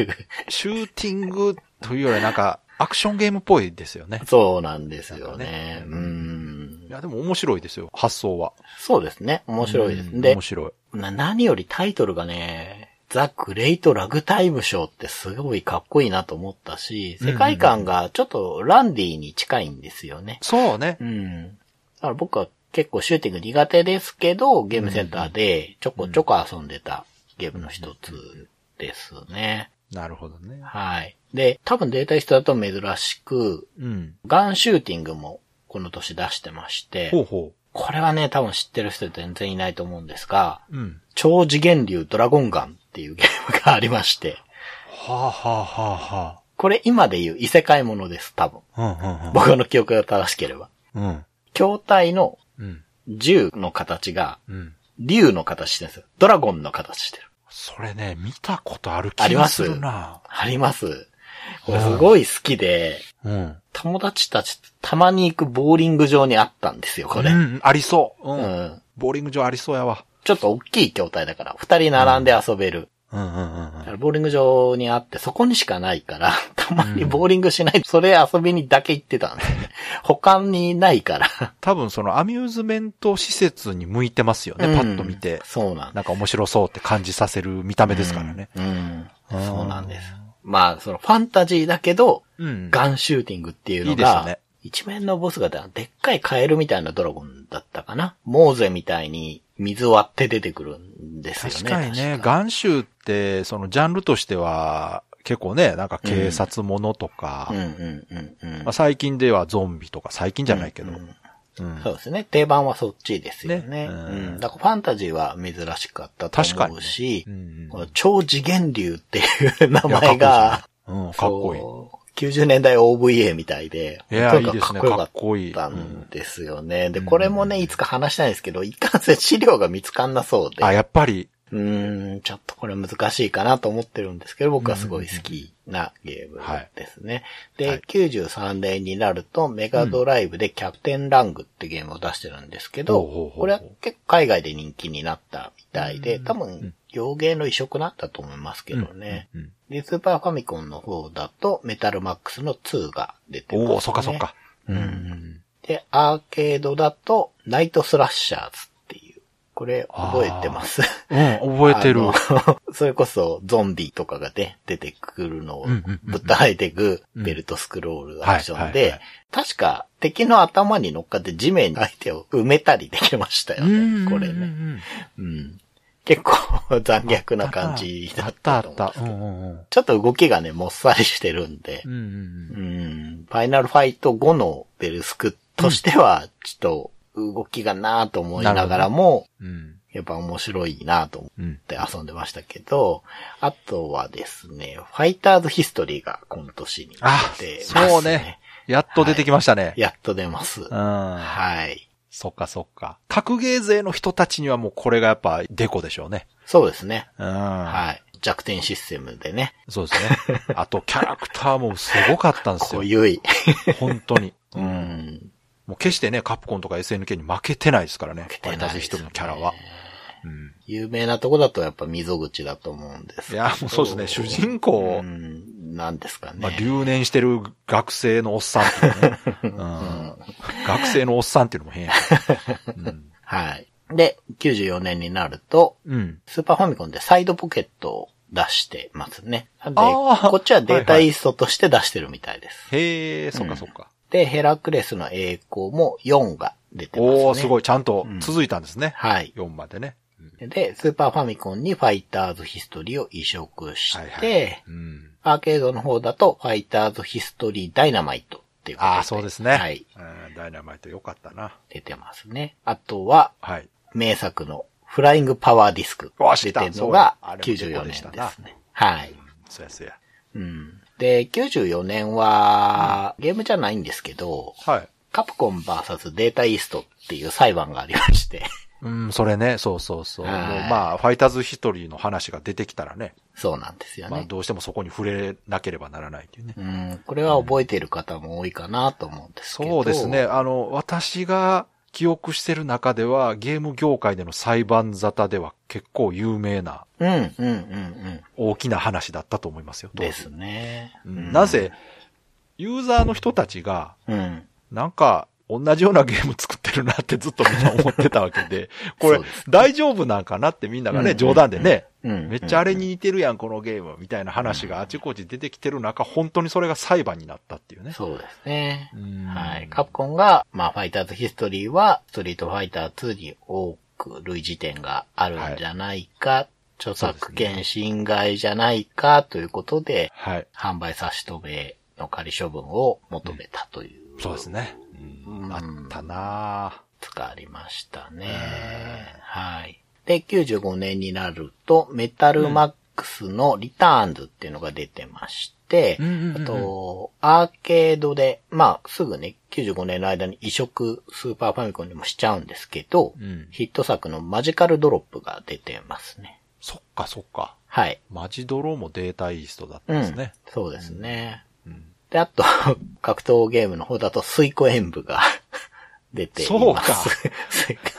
シューティングというよりはなんか、アクションゲームっぽいですよね。
そうなんですよ
な
ね。
ん
う
かね
ん
い。や、でも面白いですよ、発想は。
そうですね。面白いです。
うん
で
面、白い。
な何よりタイトルがね、ザ・グレイト・ラグタイムショーってすごいかっこいいなと思ったし、世界観がちょっとランディに近いんですよね。
そうね
う。ん。だから僕は結構シューティング苦手ですけど、ゲームセンターでちょこちょこ遊んでたゲームの一つですね。
なるほどね。
はい。で、多分データリストだと珍しく、
うん。
ガンシューティングもこの年出してまして、
ほうほ
これはね、多分知ってる人全然いないと思うんですが、
う。うん。
超次元流ドラゴンガンっていうゲームがありまして、
はあ、はあはあは
これ今で言う異世界ものです、多分。
あ。
僕の記憶が正しければ。
うんうんうん。
筐体の
うん。
銃の形が、
うん。
竜の形してるんですよ。ドラゴンの形してる。
それね、見たことある
あ
気
り
が
ますす
るな。
あります。これすごい好きで、
うん。
友達たちとたまに行くボーリング場にあったんですよ、これ。
う
うん。
ん、ありそう。うん。ボーリング場ありそうやわ。
ちょっと大きい筐体だから、二人並んで遊べる。
うんうんうん
だからボーリング場にあって、そこにしかな いから、たまにボーリングしない、それ遊びにだけ行ってた んですよね。他にないから。
多分そのアミューズメント施設に向いてますよね、
うん
パッと見て。
そうなん
なんか面白そうって感じさせる見た目ですからね。。
うん。
うん
そうなんです。まあ、そのファンタジーだけど、
うん。
ガンシューティングっていうの
いいです
が、
ね
一面のボスがでっかいカエルみたいなドラゴンだったかな。モーゼみたいに水割って出てくるんですよね。
確かにね、
確か
ガンシューって、そのジャンルとしては、結構ね、なんか警察ものとか、
うんうんうんうん
まあ、。最近ではゾンビとか、最近じゃないけど。
う
うんん
そうですね。定番はそっちですよね。
ね
う
うんん。
だからファンタジーは珍しかったと思うし、
うん
この超次元流っていう名
いや
前が、
かっこいいですねうん、かっこいい。
そう90年代 OVA みたいで、
いや
とにか
いい
く
ですね
かっ
かっ
こ
こ
よ
いい
かったんですよね。で、
うん
これもね、いつか話したいんですけど、いかんせん資料が見つかんなそうで、
あ、やっぱり、
うーん、ちょっとこれ難しいかなと思ってるんですけど、僕はすごい好きなゲームですね。で、
はい
93年になると、メガドライブでキャプテンラングってゲームを出してるんですけど、
ほうほうほうほう
これは結構海外で人気になったみたいで、多分、洋芸の移植なんだと思いますけどね。
うんうん
で、スーパーファミコンの方だと、メタルマックスの2が出てます、ね。
おお、そっかそっか。
うん。で、アーケードだと、ナイトスラッシャーズっていう。これ、覚えてます。
うん、覚えてる。
あの それこそゾンビとかがね、出てくるのを
うんうんうんうん
ぶったいていくベルトスクロールアクション
はいはいは
で
い、
確か敵の頭に乗っかって地面に相手を埋めたりできましたよ
うん
ね。これ
うんう
ね。
ん
うん、結構残虐な感じ
うん
だ
あ
っ
ったあ
たと
った
思うんで。
う
す
ん
け
うん
ど。
うん
ちょっと動きがね、もっさりしてるんで
う、んうん
う
うん
ん、ファイナルファイト5のベルスクとしては、ちょっと動きがなぁと思いながらも、
うん
やっぱ面白いなぁと思って
うん
って遊んでましたけど、あとはですね、ファイターズヒストリーが今年に出て
あ
ます、ね。、
そうね。。やっと出てきましたね。
やっと出ます。
うん。
はい。
そっかそっか。格ゲー勢の人たちにはもうこれがやっぱデコでしょうね。
そうですね。
うん。
はい。弱点システムでね、
そうですね。 あとキャラクターもすごかったんです
こ
よ
う。いうい。
本当に。
う。ん。
もう決してね、カプコンとか SNK に負けてないですからね。
け
フ
て
ァ
ない
イナ
ですね
ーズヒストリーのキャラは。うん。
有名なとこだとやっぱ溝口だと思うんです
いや、もうそうですね。主人公
公、うん、なんですかね。
まあ、留年してる学生のおっさんっていうね。うん、学生のおっさんっていうのも変 やけど。うん。
はい。で、94年になると、
うん。
スーパーファミコンでサイドポケットを出してますね。なんで、
あー
こっちはデータイーストとして出してるみたいです。
へえ、そっかそっか。
で、ヘラクレスの栄光も4が出てますね。
おー、すご
い。
い。ちゃんと続いたんですね。
はい。
4までね。
で、スーパーファミコンにファイターズヒストリーを移植して、
はいはい。うん。
アーケードの方だとファイターズヒストリーダイナマイトっていうことで。
ああ、そうですね。
はい。
うん。ダイナマイトよかったな。
出てますね。あとは、
はい。
名作のフライングパワーディスク。
わ知
出
った
てるのが
そうあれも
94年
で
で
し
す
た
ね
な。
はい。
そやそや。
うん。で、94年は、ゲームじゃないんですけど、
はい。
カプコン VS データイーストっていう裁判がありまして、
うん、それね。そうそうそう。もう
はい
まあ、ファイターズヒストリーの話が出てきたらね。
そうなんですよ
まあ、
ね。
どうしてもそこに触れなければならないっていうね。
うん、これは覚えている方も多いかなと思うんですけど。
そうですね。。あの、私が記憶してる中では、ゲーム業界での裁判沙汰では結構有名な
うん、うん、うん、うん。
大きな話だったと思いますよ。当時
ですね。
うんなぜ、ユーザーの人たちが、
うん。
なんか、同じようなゲーム作ってるなってずっとみんな思ってたわけ で、これ
そうです
大丈夫なんかなってみんなが
うんうん
ね、
うん
冗談でね、
うん
めっちゃあれに似てるやん、このゲーム、みたいな話があちこち出てきてる中、本当にそれが裁判になったっていうね。
そうですね。
うん
はい。カプコンが、まあ、ファイターズヒストリーは、ストリートファイター2に多く類似点があるんじゃないか、著作権侵害じゃないかということで、
はい。
販売差し止めの仮処分を求めたという、
そうですね。うんあったな
使ありましたね。はい。で、95年になると、メタルマックスのリターンズっていうのが出てまして、
うんうんうんうん
あと、アーケードで、まあ、すぐね、95年の間に移植、スーパーファミコンにもしちゃうんですけど、
うん
ヒット作のマジカルドロップが出てますね。
そっかそっか。
はい。
マジドローもデータイーストだったんですね。
うん、そうですね。
うん
で、あと、格闘ゲームの方だと、水庫演舞が出ています。
そうか
水湖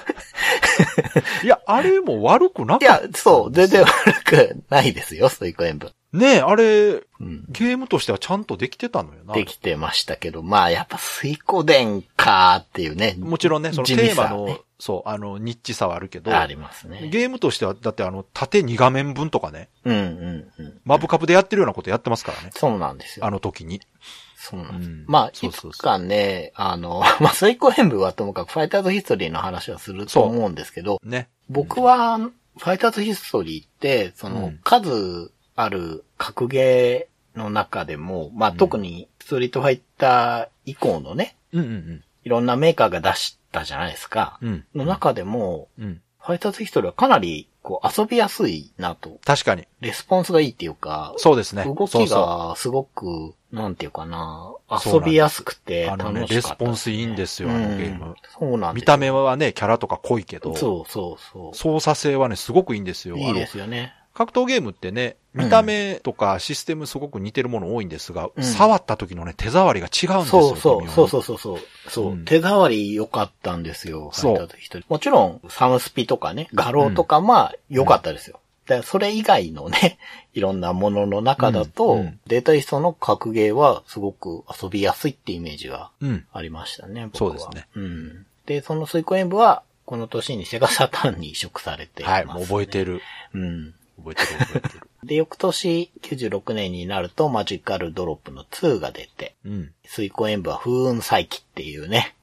いや、あれも悪くないかっ
や、そう、全然悪くないですよ、水庫演舞。
た。ねえ、あれ、
うん。
ゲームとしてはちゃんとできてたのよな。
できてましたけど、まあ、やっぱ水庫伝かーっていうね。
もちろんね、その
地味
テー
さ
マの、そう、あの、ニッチさはあるけど、
ありますね。
ゲームとしては、だってあの、縦2画面分とかね、
うんうんうん。
マブカブでやってるようなことやってますからね。
そうなんですよ。
あの時に。
そうなんです。
うん
まあ、
そ
いう
そうそう
つかね、あの、 まあ、水庫演舞はともかく、ファイターズヒストリーの話はすると
そう
思うんですけど、
ね。
僕は、ファイターズヒストリーって、そうの
ん、
数ある格ゲーの中でも、まあ、特に、ストリートファイター以降のね、
うんうん
いろんなメーカーが出したじゃないですか。
うん。
の中でも、
うん。うん。
ファイターズヒストリーはかなり、こう、遊びやすいなと。
確かに。
レスポンスがいいっていうか、
そうですね。
動
そう
き
そ
がすごく、なんていうかな、
そうなん
遊
です
びやすくて
う。あ
楽しか
の
った。
ね、レスポンスいいんですよ、あのゲー
うん
ム。
そうなんです
見た目はね、キャラとか濃いけど、
そうそうそ
操作性はね、すごくいいんですよ。
う。いいですよね。
あの格闘ゲームってね、見た目とかシステムすごく似てるもの多いんですが、
うん
触った時のね、手触りが違うんですよ。。
そうそう、そうそううそうそう。そう、
うん
手触り良かったんですよ、
そう
ファイターズヒストリーもちろん、サムスピとかね、画廊とか、まあ、良かったですよ。でそれ以外のね、 いろんなものの中だと、
うんうん
データイストの格ゲーはすごく遊びやすいってイメージが
うん。
ありましたね、僕
そう
は。
ですね。
うん。で、その水庫演舞は、この年にセガサターンに移植されています、
はい、もう覚えてる。
うん。
覚えてる、覚えてる。
で、翌年、96年になると、マジカルドロップの2が出て、
うん。
水庫演舞は風雲再起っていうね、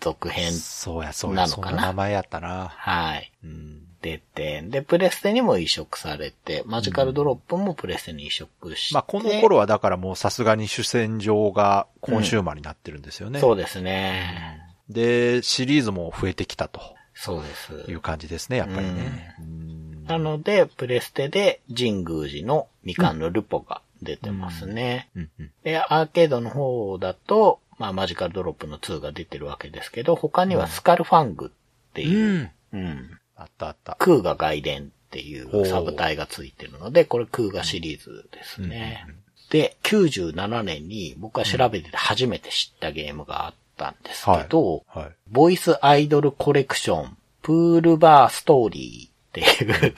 続編、
そうや、そう
な
や、
の
そ
か
ん
な
な名前やったな。
はい、
うん。
出て、で、プレステにも移植されて、マジカルドロップもプレステに移植して、
まあ、この頃はだからもうさすがに主戦場がコンシューマーになってるんですよね。
そうですね。
で、シリーズも増えてきたと
そうです。
いう感じですね、やっぱりね。うん
なので、プレステで神宮寺のみかんのルポが出てますね。
うんうん
で、アーケードの方だと、まあ、マジカルドロップの2が出てるわけですけど、他にはスカルファングっていう、
うん。
うん、
あったあった。
空が外伝っていうサブ隊がついてるので、これ空がシリーズですね。で、97年に僕が調べてて初めて知ったゲームがあったんですけど、
はい。
ボイスアイドルコレクション、プールバーストーリーっていう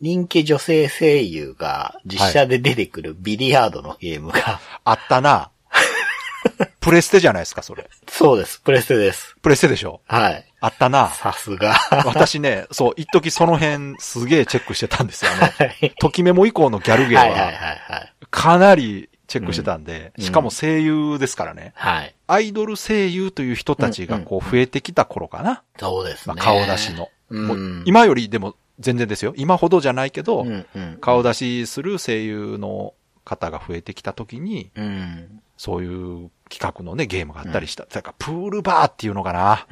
人気女性声優が実写で出てくるビリヤードのゲームが、
あった な。プレステじゃないですか、それ。
そうです、プレステです。
プレステでしょ
はい。
あった な。
さすが。
私ね、そう、一時その辺すげえチェックしてたんですよ。あの、
はい
ときメモ以降のギャルゲー
はいはい
は、
はいはい。
かなりチェックしてたんで、
うん
しかも声優ですからね。
はい。
アイドル声優という人たちがこう増えてきた頃かな。
そうです
まあ
ね。
顔出しの。
うん
もう今よりでも全然ですよ。今ほどじゃないけど、
うんうん。
顔出しする声優の方が増えてきた時に、
うん。
そういう企画のね、ゲームがあったりした。だから、プールバーっていうのか な。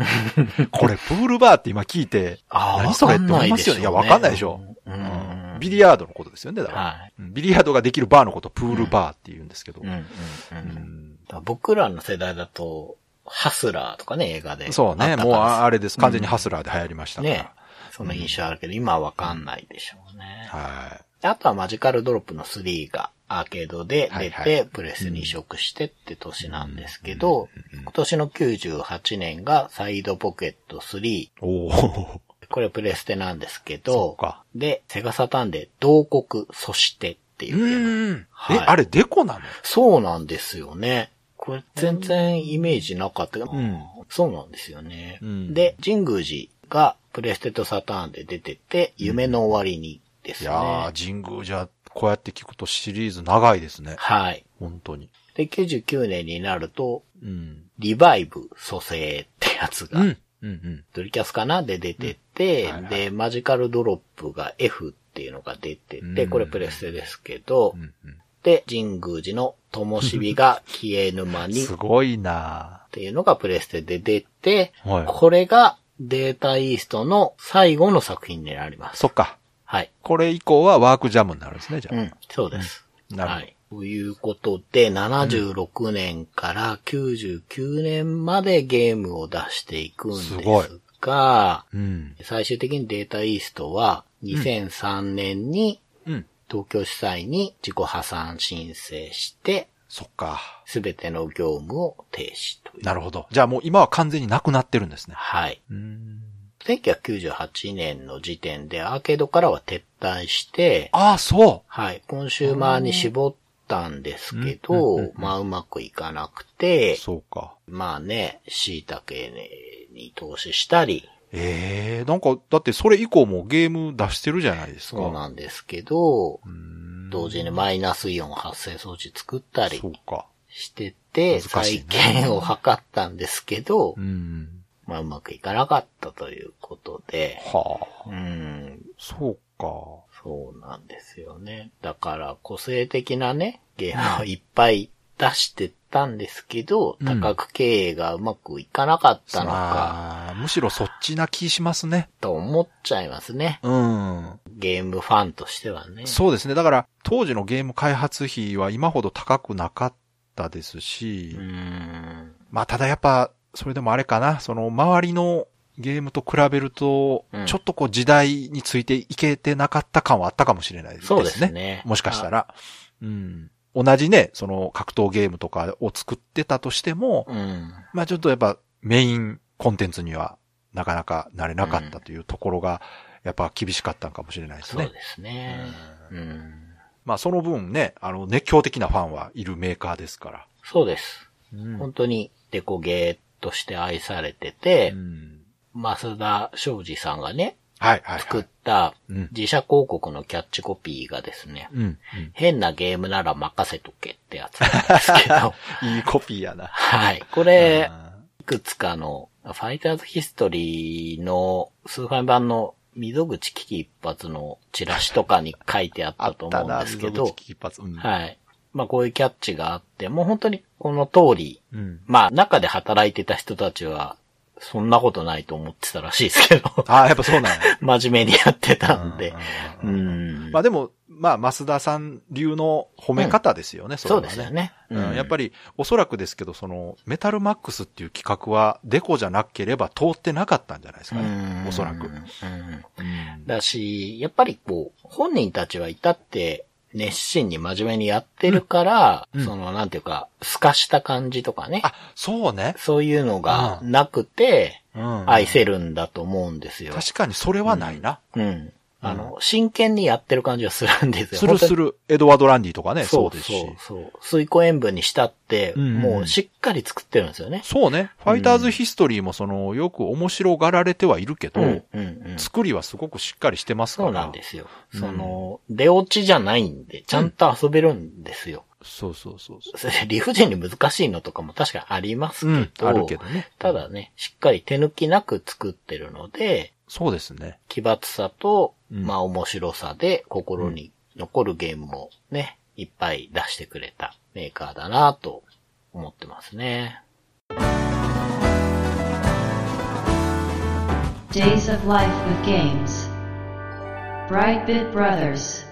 これ、プールバーって今聞いて、
ああ、
何それって思いますよね。いや、わかんないでしょ。
ううん。
うんビリヤードのことですよね、だから。
はい。
うんビリヤードができるバーのこと、プールバーって言うんですけど。
うんうんう。
うんん
だから僕らの世代だと、ハスラーとかね、映画で。
そう
あ
ね、
った
もうあ
か
あれです。完全にハスラーで流行りました
ら
から。
ね。その印象あるけど、今はわかんないでしょうね。
は
あとはマジカルドロップの3がアーケードで出て、
はいはい
プレスに移植してって年なんですけど、今年の98年がサイドポケット3。
い。お お。
これプレステなんですけ
そ
ど
っ、か。
で、セガサタンで、同国、そしてっていううゲーム。
ん。え、
はい
あれ、デコなの
そうなんですよね。ここれ全然イメージなかったけど、
うん
そうなんですよね。
うん
で、神宮寺がプレステとサターンで出てて、夢の終わりにです
い
ね。
やー、神宮じゃ、こうやって聞くとシリーズ長いですね。
はい。
本当に。
で、99年になると、
うん。
リバイブ蘇生ってやつ
う
が、
ん。うんうん。
ドリキャスかなで出てて、
うんはいはい
で、マジカルドロップが F っていうのが出てて、
うん
これプレステですけど、
うんうん
で、神宮寺の灯火が消えぬ間にっ
すごいな
ていうのがプレステで出て、
はい
これがデータイーストの最後の作品になりま
ー
す。
そっか。
はい。
これ以降はワークジャムになるんですね、じゃあ。
うん、そうです。
うんなるほど
はい。ということで、76年から99年までゲームを出していくんです
すごい
が、
うん。
最終的にデータイーストは2003年に
うん。
東京主催に自己破産申請して、
そっか。
すべての業務を停止という。
なるほど。じゃあもう今は完全になくなってるんですね。
はい。
うん。
1998年の時点でアーケードからは撤退して、
ああ、そ
はい、コンシューマーに絞ったんですけ
うんうんうん
ど
う、ん
まあうまくいかなく
う。
て、
そうか。
まあね、椎茸に投資したり、
ええなんか、だってそれ以降もゲーム出してるじゃないですか。
そうなんですけど、
うん
同時にマイナスイオン発生装置作ったり
そうか。
してて、
難しい
再
ね
建を図ったんですけど
う、ん。
まあうまくいかなかったということで、
はあ。
うん、
そうか。
そうなんですよね。だから個性的なね、ゲームをいっぱい出してったんですけど、
うん
多角経営がうまくいかなかったのか、
まあ、むしろそっちな気しますね。
と思っちゃいますね。
うん。
ゲームファンとしてはね。
そうですね。だから、当時のゲーム開発費は今ほど高くなかったですし、
うーん。
まあ、ただやっぱ、それでもあれかな、その周りのゲームと比べると
うん、
ちょっとこう時代についていけてなかった感はあったかもしれないですね。
そうですね。
もしかした
ら。
ら。うん。同じね、その格闘ゲームとかを作ってたとしても、
うん。
まあちょっとやっぱメインコンテンツにはなかなかなれなかったというところが、やっぱ厳しかったんかもしれないです
そう
ね。
ですね。うん。
まあその分ね、あの熱狂的なファンはいるメーカーですから。
そうです。
うん
本当にデコゲーとして愛されてて
う、ん
増田昌司さんがね、
はいはい、は
作っ
い。
た
うん
自社広告のキャッチコピーがですね、
うん。うん
変なゲームなら任せとけってやつなんですけ ど、
いいコピーやな。
はい。これ、
あ
いくつかの、ファイターズヒストリーの数ー版の溝口危機一発のチラシとかに書いてあ
ー
っ
あ
た
っ
と
た
思うん
な、
ですけ
溝
ど
口、金髪うん
はい。まあこういうキャッチがあって、もう本当にこの通り、
うん。
まあ中で働いてた人たちは、そんなことないと思ってたらしいですけど、
ああ、やっぱそうなんや。
真面目にやってたんで。
う
うんん。
まあでも、まあ、増田さん流の褒め方ですよね、れ
そう
は
ですよね。
うん、やっぱ
り。
り、おそらくですけど、その、メタルマックスっていう企画は、デコじゃなければ通ってなかったんじゃないですかね。おそらく。
う
うん
んだし、やっぱりこう、本人たちは至って熱心に真面目にやってるから、
うん
その、なんていうか、透かした感じとかね。
あ、そうね。
そういうのが
うん
なくて、
うん。
愛せるんだと思うんですよ。
確かに、それはないな。
うん。あの、真剣にやってる感じはするんですよ。
するす
る。
る、エドワード・ランディとかね、
そ
そうう
で
ですす
し
し。。
そう。水湖塩分にしたって、
うんうん
もうしっかり作ってるんですよね。
そうね。ファイターズ・ヒストリーも、その、よく面白がられてはいるけど、
うん、うん、うん。
作りはすごくしっかりしてますか
そ
ら。
うなんですよ。
うん
その、出落ちじゃないんで、ちゃんと遊べるんですよ。
そうそうそうそ
それ理不尽に難しいのとかも確かにあります
う。うん
け、ど、
あるけどね。
ただね、しっかり手抜きなく作ってるので、
そうですね。
奇抜さと、
うん
まあ面白さで心に残るゲームもね、いっぱい出してくれたメーカーだなと思ってますね。
Days of Life with Games. Brightbit Brothers.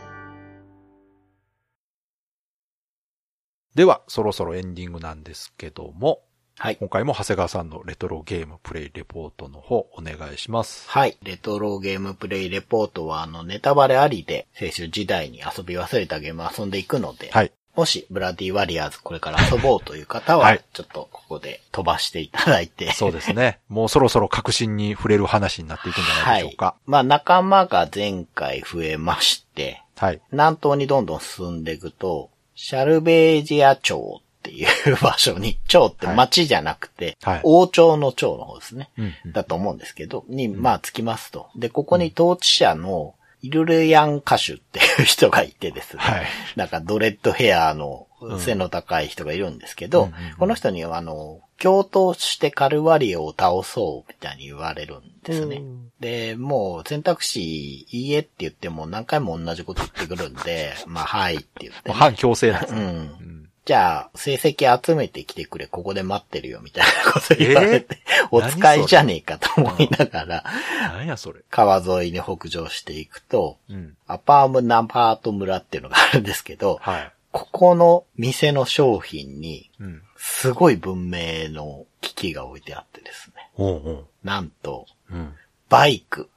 では、そろそろエンディングなんですけども、
はい。
今回も長谷川さんのレトロゲームプレイレポートの方お願いします。
はい。レトロゲームプレイレポートは、あの、ネタバレありで、青春時代に遊び忘れたゲームを遊んでいくので、
はい。
もし、ブラディワリアーズこれから遊ぼうという方
は
は、
い
ちょっとここで飛ばしていただい て、
そうですね。もうそろそろ確信に触れる話になっていくんじゃないでしょうか。
まあ、仲間が前回増えまして、
はい。
南東にどんどん進んでいくと、シャルベージア町っっていう場所に、町って町じゃなくて、
はい
王朝の町の方ですね。
うんうん
だと思うんですけど、に、まあ、つきますと。で、ここに統治者のイルレヤン歌手っていう人がいてですね。
はい
なんか、ドレッドヘアの背の高い人がいるんですけど、
うんうんうん
この人には、あの、共闘してカルワリオを倒そうみたいに言われるんですね。で、もう選択肢、いいえって言っても何回も同じこと言ってくるんで、 まあ、はいって言って、
まあ反強制なんです
う
ね。
ん。
うん
じゃあ、成績集めてきてくれ、ここで待ってるよ、みたいなこと言われて、 お使いじゃねえかと思いながら、
なんやそれ。
川沿いに北上していくと、
うん。
アパームナパート村っていうのがあるんですけど、
はい。
ここの店の商品に、
うん。
すごい文明の機器が置いてあってですね。
おうおう。
なんと、
うん。
バイク、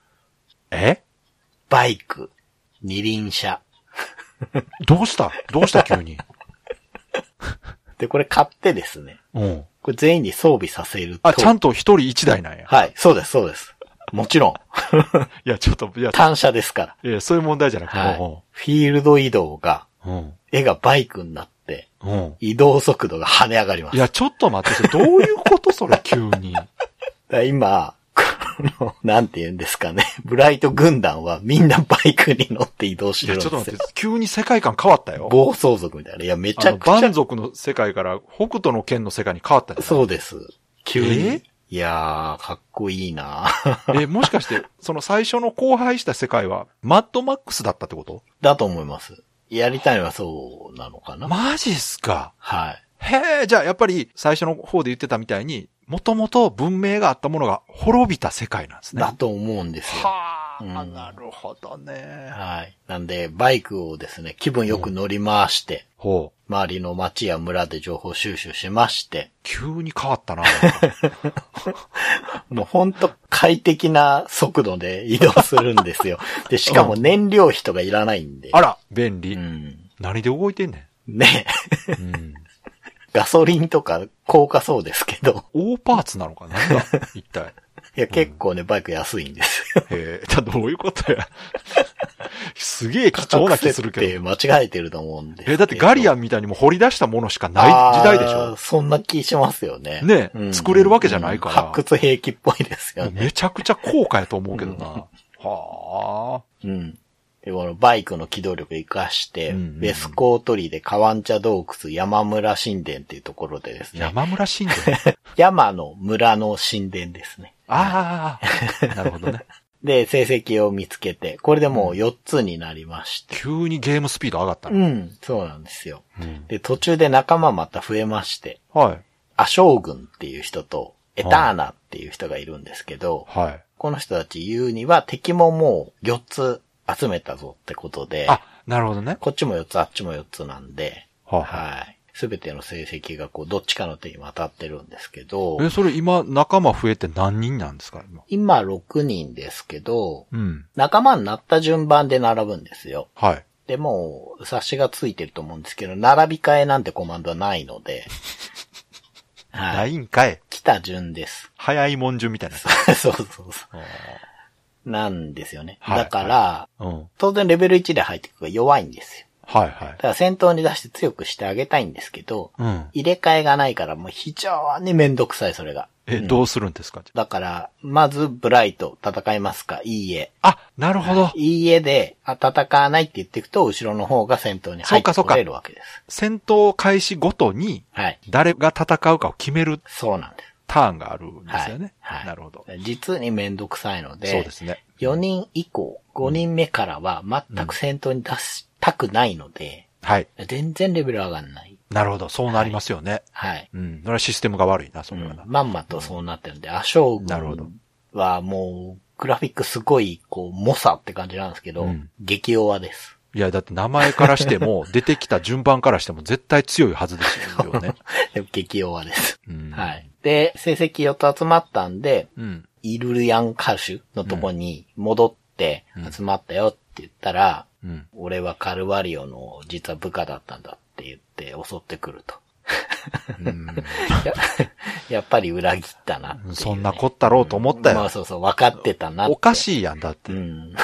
え
バイク、二輪車。
どうしたどう した急に。
で、これ買ってですね、
うん。
これ全員に装備させると。
あ、ちゃんと一人一台なんや。
はい、そうです、そうです。もちろん、
いや、ちょっと、いや、
単車ですから。
いやそういう問題じゃなくて。
はい。フィールド移動が、
うんうん。
絵がバイクになって、
うん。
移動速度が跳ね上がります。
いや、ちょっと待って、それどういうことそ れ、急に。
だから今、この、なんて言うんですかね。ブライト軍団はみんなバイクに乗って移動し
いや、
てるん
ち
で
ょっと待
す
っ
よ
て。、急に世界観変わったよ。
暴走族みたいな。いや、めち
あ
ゃ
の、
くちゃ
蛮。族の世界から北斗の剣の世界に変わったじゃ
そうです。急
え
に。いやー、かっこいいな
ん。え、もしかして、その最初の荒廃した世界は、マッドマックスだったってこと
だと思います。やりたいのはそうなのかな。
マジっすか。
はい。
へえ、じゃあやっぱり最初の方で言ってたみたいに、もともと文明があったものが滅びた世界なんですね。
だと思うんですよ。
はあ、
うん
なるほどね。
はい。なんで、バイクをですね、気分よく乗り回して、
ほう。
周りの町や村で情報収集しまして、
急に変わったな。
もうほんと快適な速度で移動するんで すよ。で、しかも燃料費とかいらないんで。
あら、便利。
うん。
何で動いてんね
ね
ん。うん。
ガソリンとか高価そうですけど、
大パーツなのかななんだ一体。
いや、結構ね、バイク安いんですよ。
へえ、じゃあどういうことや。すげえ貴重な気す るけど。
価格設定間違えてると思うんですけど。
え、だってガリアンみたいにも掘り出したものしかない時代でし
あー
ょ
そんな気しますよね。
ね
うん
作れるわけじゃないから
うん発掘兵器っぽいです
も
よ
う
ね。
めちゃくちゃ高価やと思うけどな。は
うん。で、このバイクの機動力活かして、
うんうん
ベスコートリでカワンチャ洞窟山村神殿っていうところでです
あ。
ね。
山村神殿。
山の村の神殿ですね。
ああ、なるほどね。
で、成績を見つけて、これでもう4つになりまして。
急にゲームスピード上がった
う
ね。
ん、そうなんですよ。
うん
で、途中で仲間また増えまして、
はい。
ア将軍っていう人と、エターナっていう人がいるんですけど、
はい。
この人たち言うには敵ももう4つ集めたぞってことで、
あ、なるほどね。
こっちも4つ、あっちも4つなんで、
はあ
はい。すべての成績がこう、どっちかの手に渡ってるんですけど、
え、それ今、仲間増えて何人なんですか今。
今6人ですけど、
うん。
仲間になった順番で並ぶんですよ。
はい。
で、もう、冊子がついてると思うんですけど、並び替えなんてコマンドはない ので、は。
ないいんかい。
来た順です。
早いもん順みたいな。
そうそうそう。なんですよね。
はい
だから、
うん。はい
当然レベル1で入ってくるが弱いんですよ。
はい
だ。から戦闘に出して強くしてあげたいんですけど、
うん。
入れ替えがないからもう非常にめんどくさい、それが。
え、どうするんですかじゃ
だから、まずブライト戦いますかいいえ。
あ、あなるほど。
いいえで、あ戦わないって言っていくと、後ろの方が戦闘に
そう
入ってこ
かそうか
れるわけです。
戦闘開始ごとに、
はい。
誰が戦うかを決める
そうなんです。
ターンがあるんですよね。
はいはい
なるほど。
実にめんどくさいので、
そうですね。
4人以降、5人目からは全く戦闘に出したくないので、
はい。
全然レベル上がんない。
なるほど。そうなりますよね。
はい。
うん。それはシステムが悪いな、それはな。
まんまとそうなってるんで、アショ
なるほど
ーはもう、グラフィックすごい、こう、猛者って感じなんですけど、
うん
激弱です。
いや、だって名前からして も、出てきた順番からしても絶対強いはずですよね。
でも激弱です。
うん
はい。で、成績4つ集まったんで、
うん。
イルルヤン歌手のとこに戻って
うん
集まったよって言ったら、
うん。
俺はカルワリオの実は部下だったんだって言って襲ってくると。
うん
や やっぱり裏切ったなっていうね、
そんなこったろうと思った
まあ
よ。
そうそう、分かってたなって。
おかしいやん、だっ
う
て。
ん。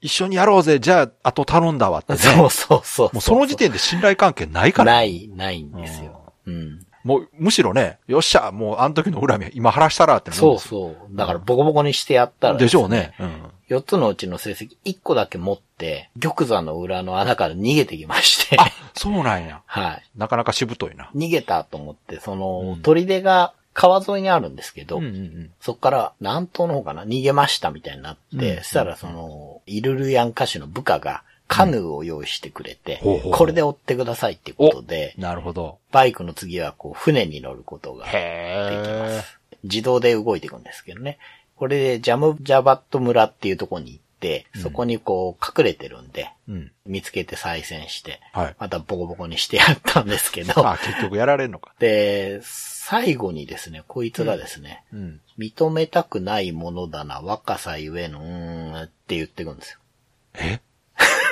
一緒にやろうぜ、じゃ あ、あと頼んだわってね。
そうそうそう。
もうその時点で信頼関係ないから。
ない、ないんですよ。うん。
もう、むしろね、よっしゃ、もうあの時の恨み今晴らしたらってなるん
そう
ですよ
そう。だからボコボコにしてやったら
でしょう
う。
ね。うん。
4つのうちの成績1個だけ持って、玉座の裏の穴から逃げてきまして。
あ、そうなんや。
はい。
なかなかしぶといな。
逃げたと思って、その、
うん
砦が川沿いにあるんですけど、
うんうんうん。
そっから南東の方かな逃げましたみたいになって、
うん
したらその、イルルヤン歌手の部下がカヌーを用意してくれて、
うんほうほうほう
これで追ってくださいってことで、
なるほど。
バイクの次はこう船に乗ることができま
へ
す。自動で動いていくんですけどね。これでジャムジャバット村っていうところに行って、そこにこう隠れてるんで、
え。うん。
見つけて再戦して、
はい。
またボコボコにしてやったんですけど、
あ、結局やられんのか。
で、最後にですね、こいつがですね、
うん。
認めたくないものだな、若さゆえの、うーん、って言ってくんですよ。
え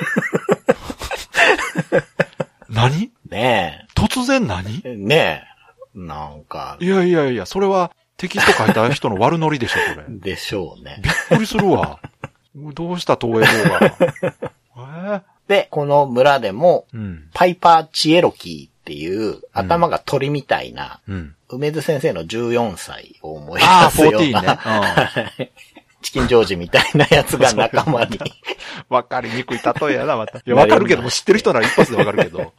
何
ね
突然何
え。ねえ。なんか
い、やいやいや、それはテキスト書いた人の悪ノリでしょ、 それ。びっ
でしょうね。
くりする わ。どうした、東映坊が。
で、この村でも、
えー、うん。
パイパーチエロキーっていう、頭が鳥みたいな、
うん。
梅津先生の14歳を思い
ああ、
出すよう
14
な、
ね。
チキンジョージみたいなやつが仲間 に、
うん。わかりにくい例えやな、また。いや、わかるけども、知ってる人なら一発でわかるけど。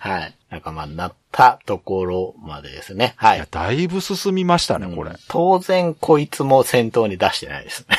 はい、仲間になったところまでですね。はいい
や、。だいぶ進みましたね、これ。
当然、こいつも戦闘に出してないですね。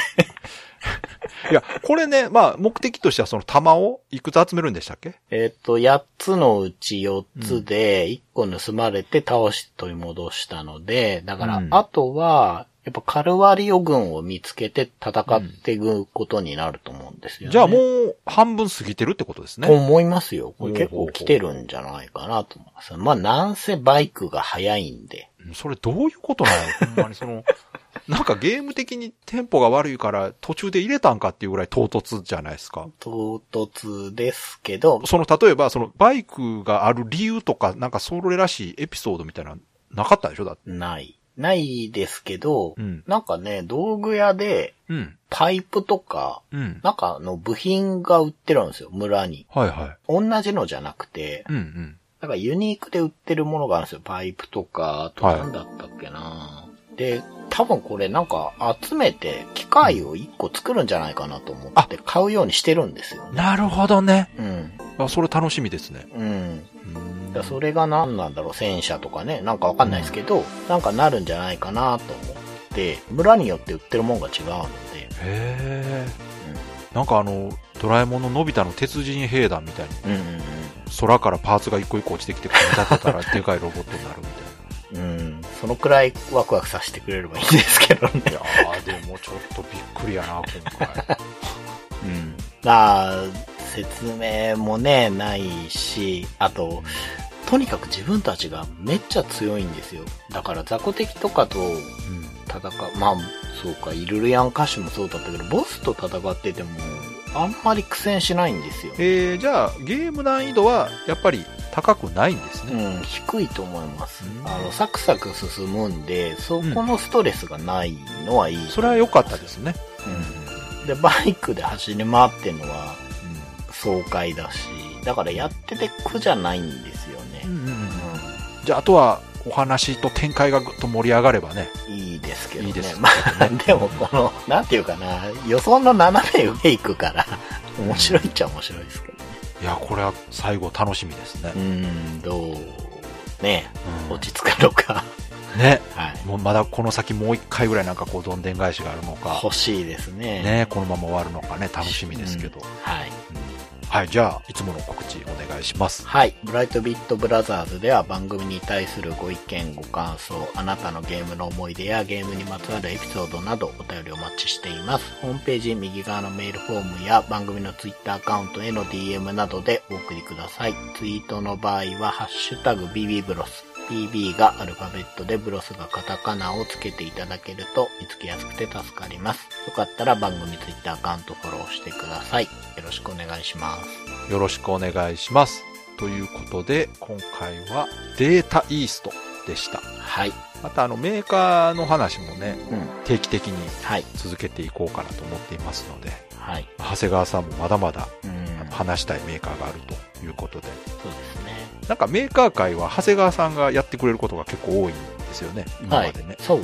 いや、これね、まあ、目的としてはその弾をいくつ集めるんでしたっけ
えっと、8つのうち4つで、1個盗まれて倒し取り戻したので、だか
う
ら、
ん
あとは、やっぱカルワリオ軍を見つけて戦っていくことになると思うんですよね。
じゃあもう半分過ぎてるってことですね。
思いますよ。これ結構来てるんじゃないかなと思います。まあ、なんせバイクが速いんで。
それどういうことなの ほんまにその、なんかゲーム的にテンポが悪いから途中で入れたんかっていうぐらい唐突じゃないですか。
唐突ですけど、
その、例えば、そのバイクがある理由とか、なんかそれらしいエピソードみたいな、なかったでしょだって。
ない。ないですけど、
うん
なんかね、道具屋で、
うん。
パイプとか、
うん。
なんかあの部品が売ってるんですよ、村に。
はいは
同じのじゃなくて、
い。うんうん。
なんかユニークで売ってるものがあるんですよ。パイプとか、あと
はい
何だったっけな、で、多分これなんか集めて機械を1個作るんじゃないかなと思って買うようにしてるんですよね。
なるほどね。
うん。
あ、それ楽しみですね。う
うん。
ーん
だからそれが何なんだろう、戦車とかね、なんかわかんないですけど、なんかなるんじゃないかなと思って、村によって売ってるもんが違うので、
へえ。なんかあの、ドラえもんののび太の鉄人兵団みたいに、
うんうん
空からパーツが一個一個落ちてきて、組み立てたらでかいロボットになるみたいな。
うん。うん。そのくらいワクワクさせてくれればいいんですけどね。
いやー、でもちょっとびっくりやな、今回。
うん。まあ、説明もね、ないし、あと、とにかく自分たちがめっちゃ強いんですよ。だから雑魚敵とかと戦う、まあ、そうか、イルルヤン歌手もそうだったけど、ボスと戦ってても、あんまり苦戦しないんですよ。
えー、じゃあ、ゲーム難易度はやっぱり高くないんです
う
ね。
ん、低いと思います。
うん
あの、サクサク進むんで、そこのストレスがないのはいい。
それは良かったですね。
うん。で、バイクで走り回ってんのは、爽快だし、だからやってて苦じゃないんですよ
う
ね。
んうんうん
う
じゃあ、あとはお話と展開がぐっと盛り上がればね。
ん、いいですけどね。
いいです
まあ、 でもこの、なんていうかな、予想の斜め上行くから、面白いっちゃ面白いですけどね。
いや、これは最後楽しみですね
う。ん、どう、ね、
うん
落ち着くのか。
ね。
はい。
もうまだこの先もう一回ぐらいなんかこう、どんでん返しがあるのか。
欲しいですね。
ね、このまま終わるのかね、楽しみですけど。
はい。
はい、じゃあ、いつもの告知お願いします。
はい。ブライトビットブラザーズでは番組に対するご意見、ご感想、あなたのゲームの思い出やゲームにまつわるエピソードなどお便りお待ちしています。ホームページ右側のメールフォームや番組のツイッターアカウントへの DM などでお送りください。ツイートの場合は、ハッシュタグ BB ブロス。BB がアルファベットでブロスがカタカナをつけていただけると見つけやすくて助かります。よかったら番組ツイッターアカウントフォローしてください。よろしくお願いします。
よろしくお願いします。ということで、今回はデータイーストでした。
はい。
またあのメーカーの話もね、
うん。
定期的に
はい。
続けていこうかなと思っていますので、
はい。
長谷川さんもまだまだ
うん、
話したいメーカーがあるということで、
そうですね。
なんかメーカー界は長谷川さんがやってくれることが結構多いんですよね、今
は
ま
い
でね。。
そう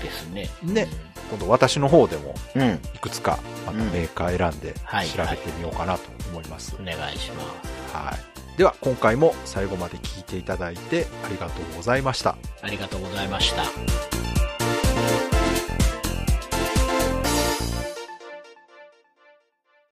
ですね。
ね今度私の方でも
うん。うん。
いくつかまたメーカー選んで
はい
調べてみようかなと思います。
お願いします。
はい。では今回も最後まで聞いていただいてありがとうございました。
ありがとうございました。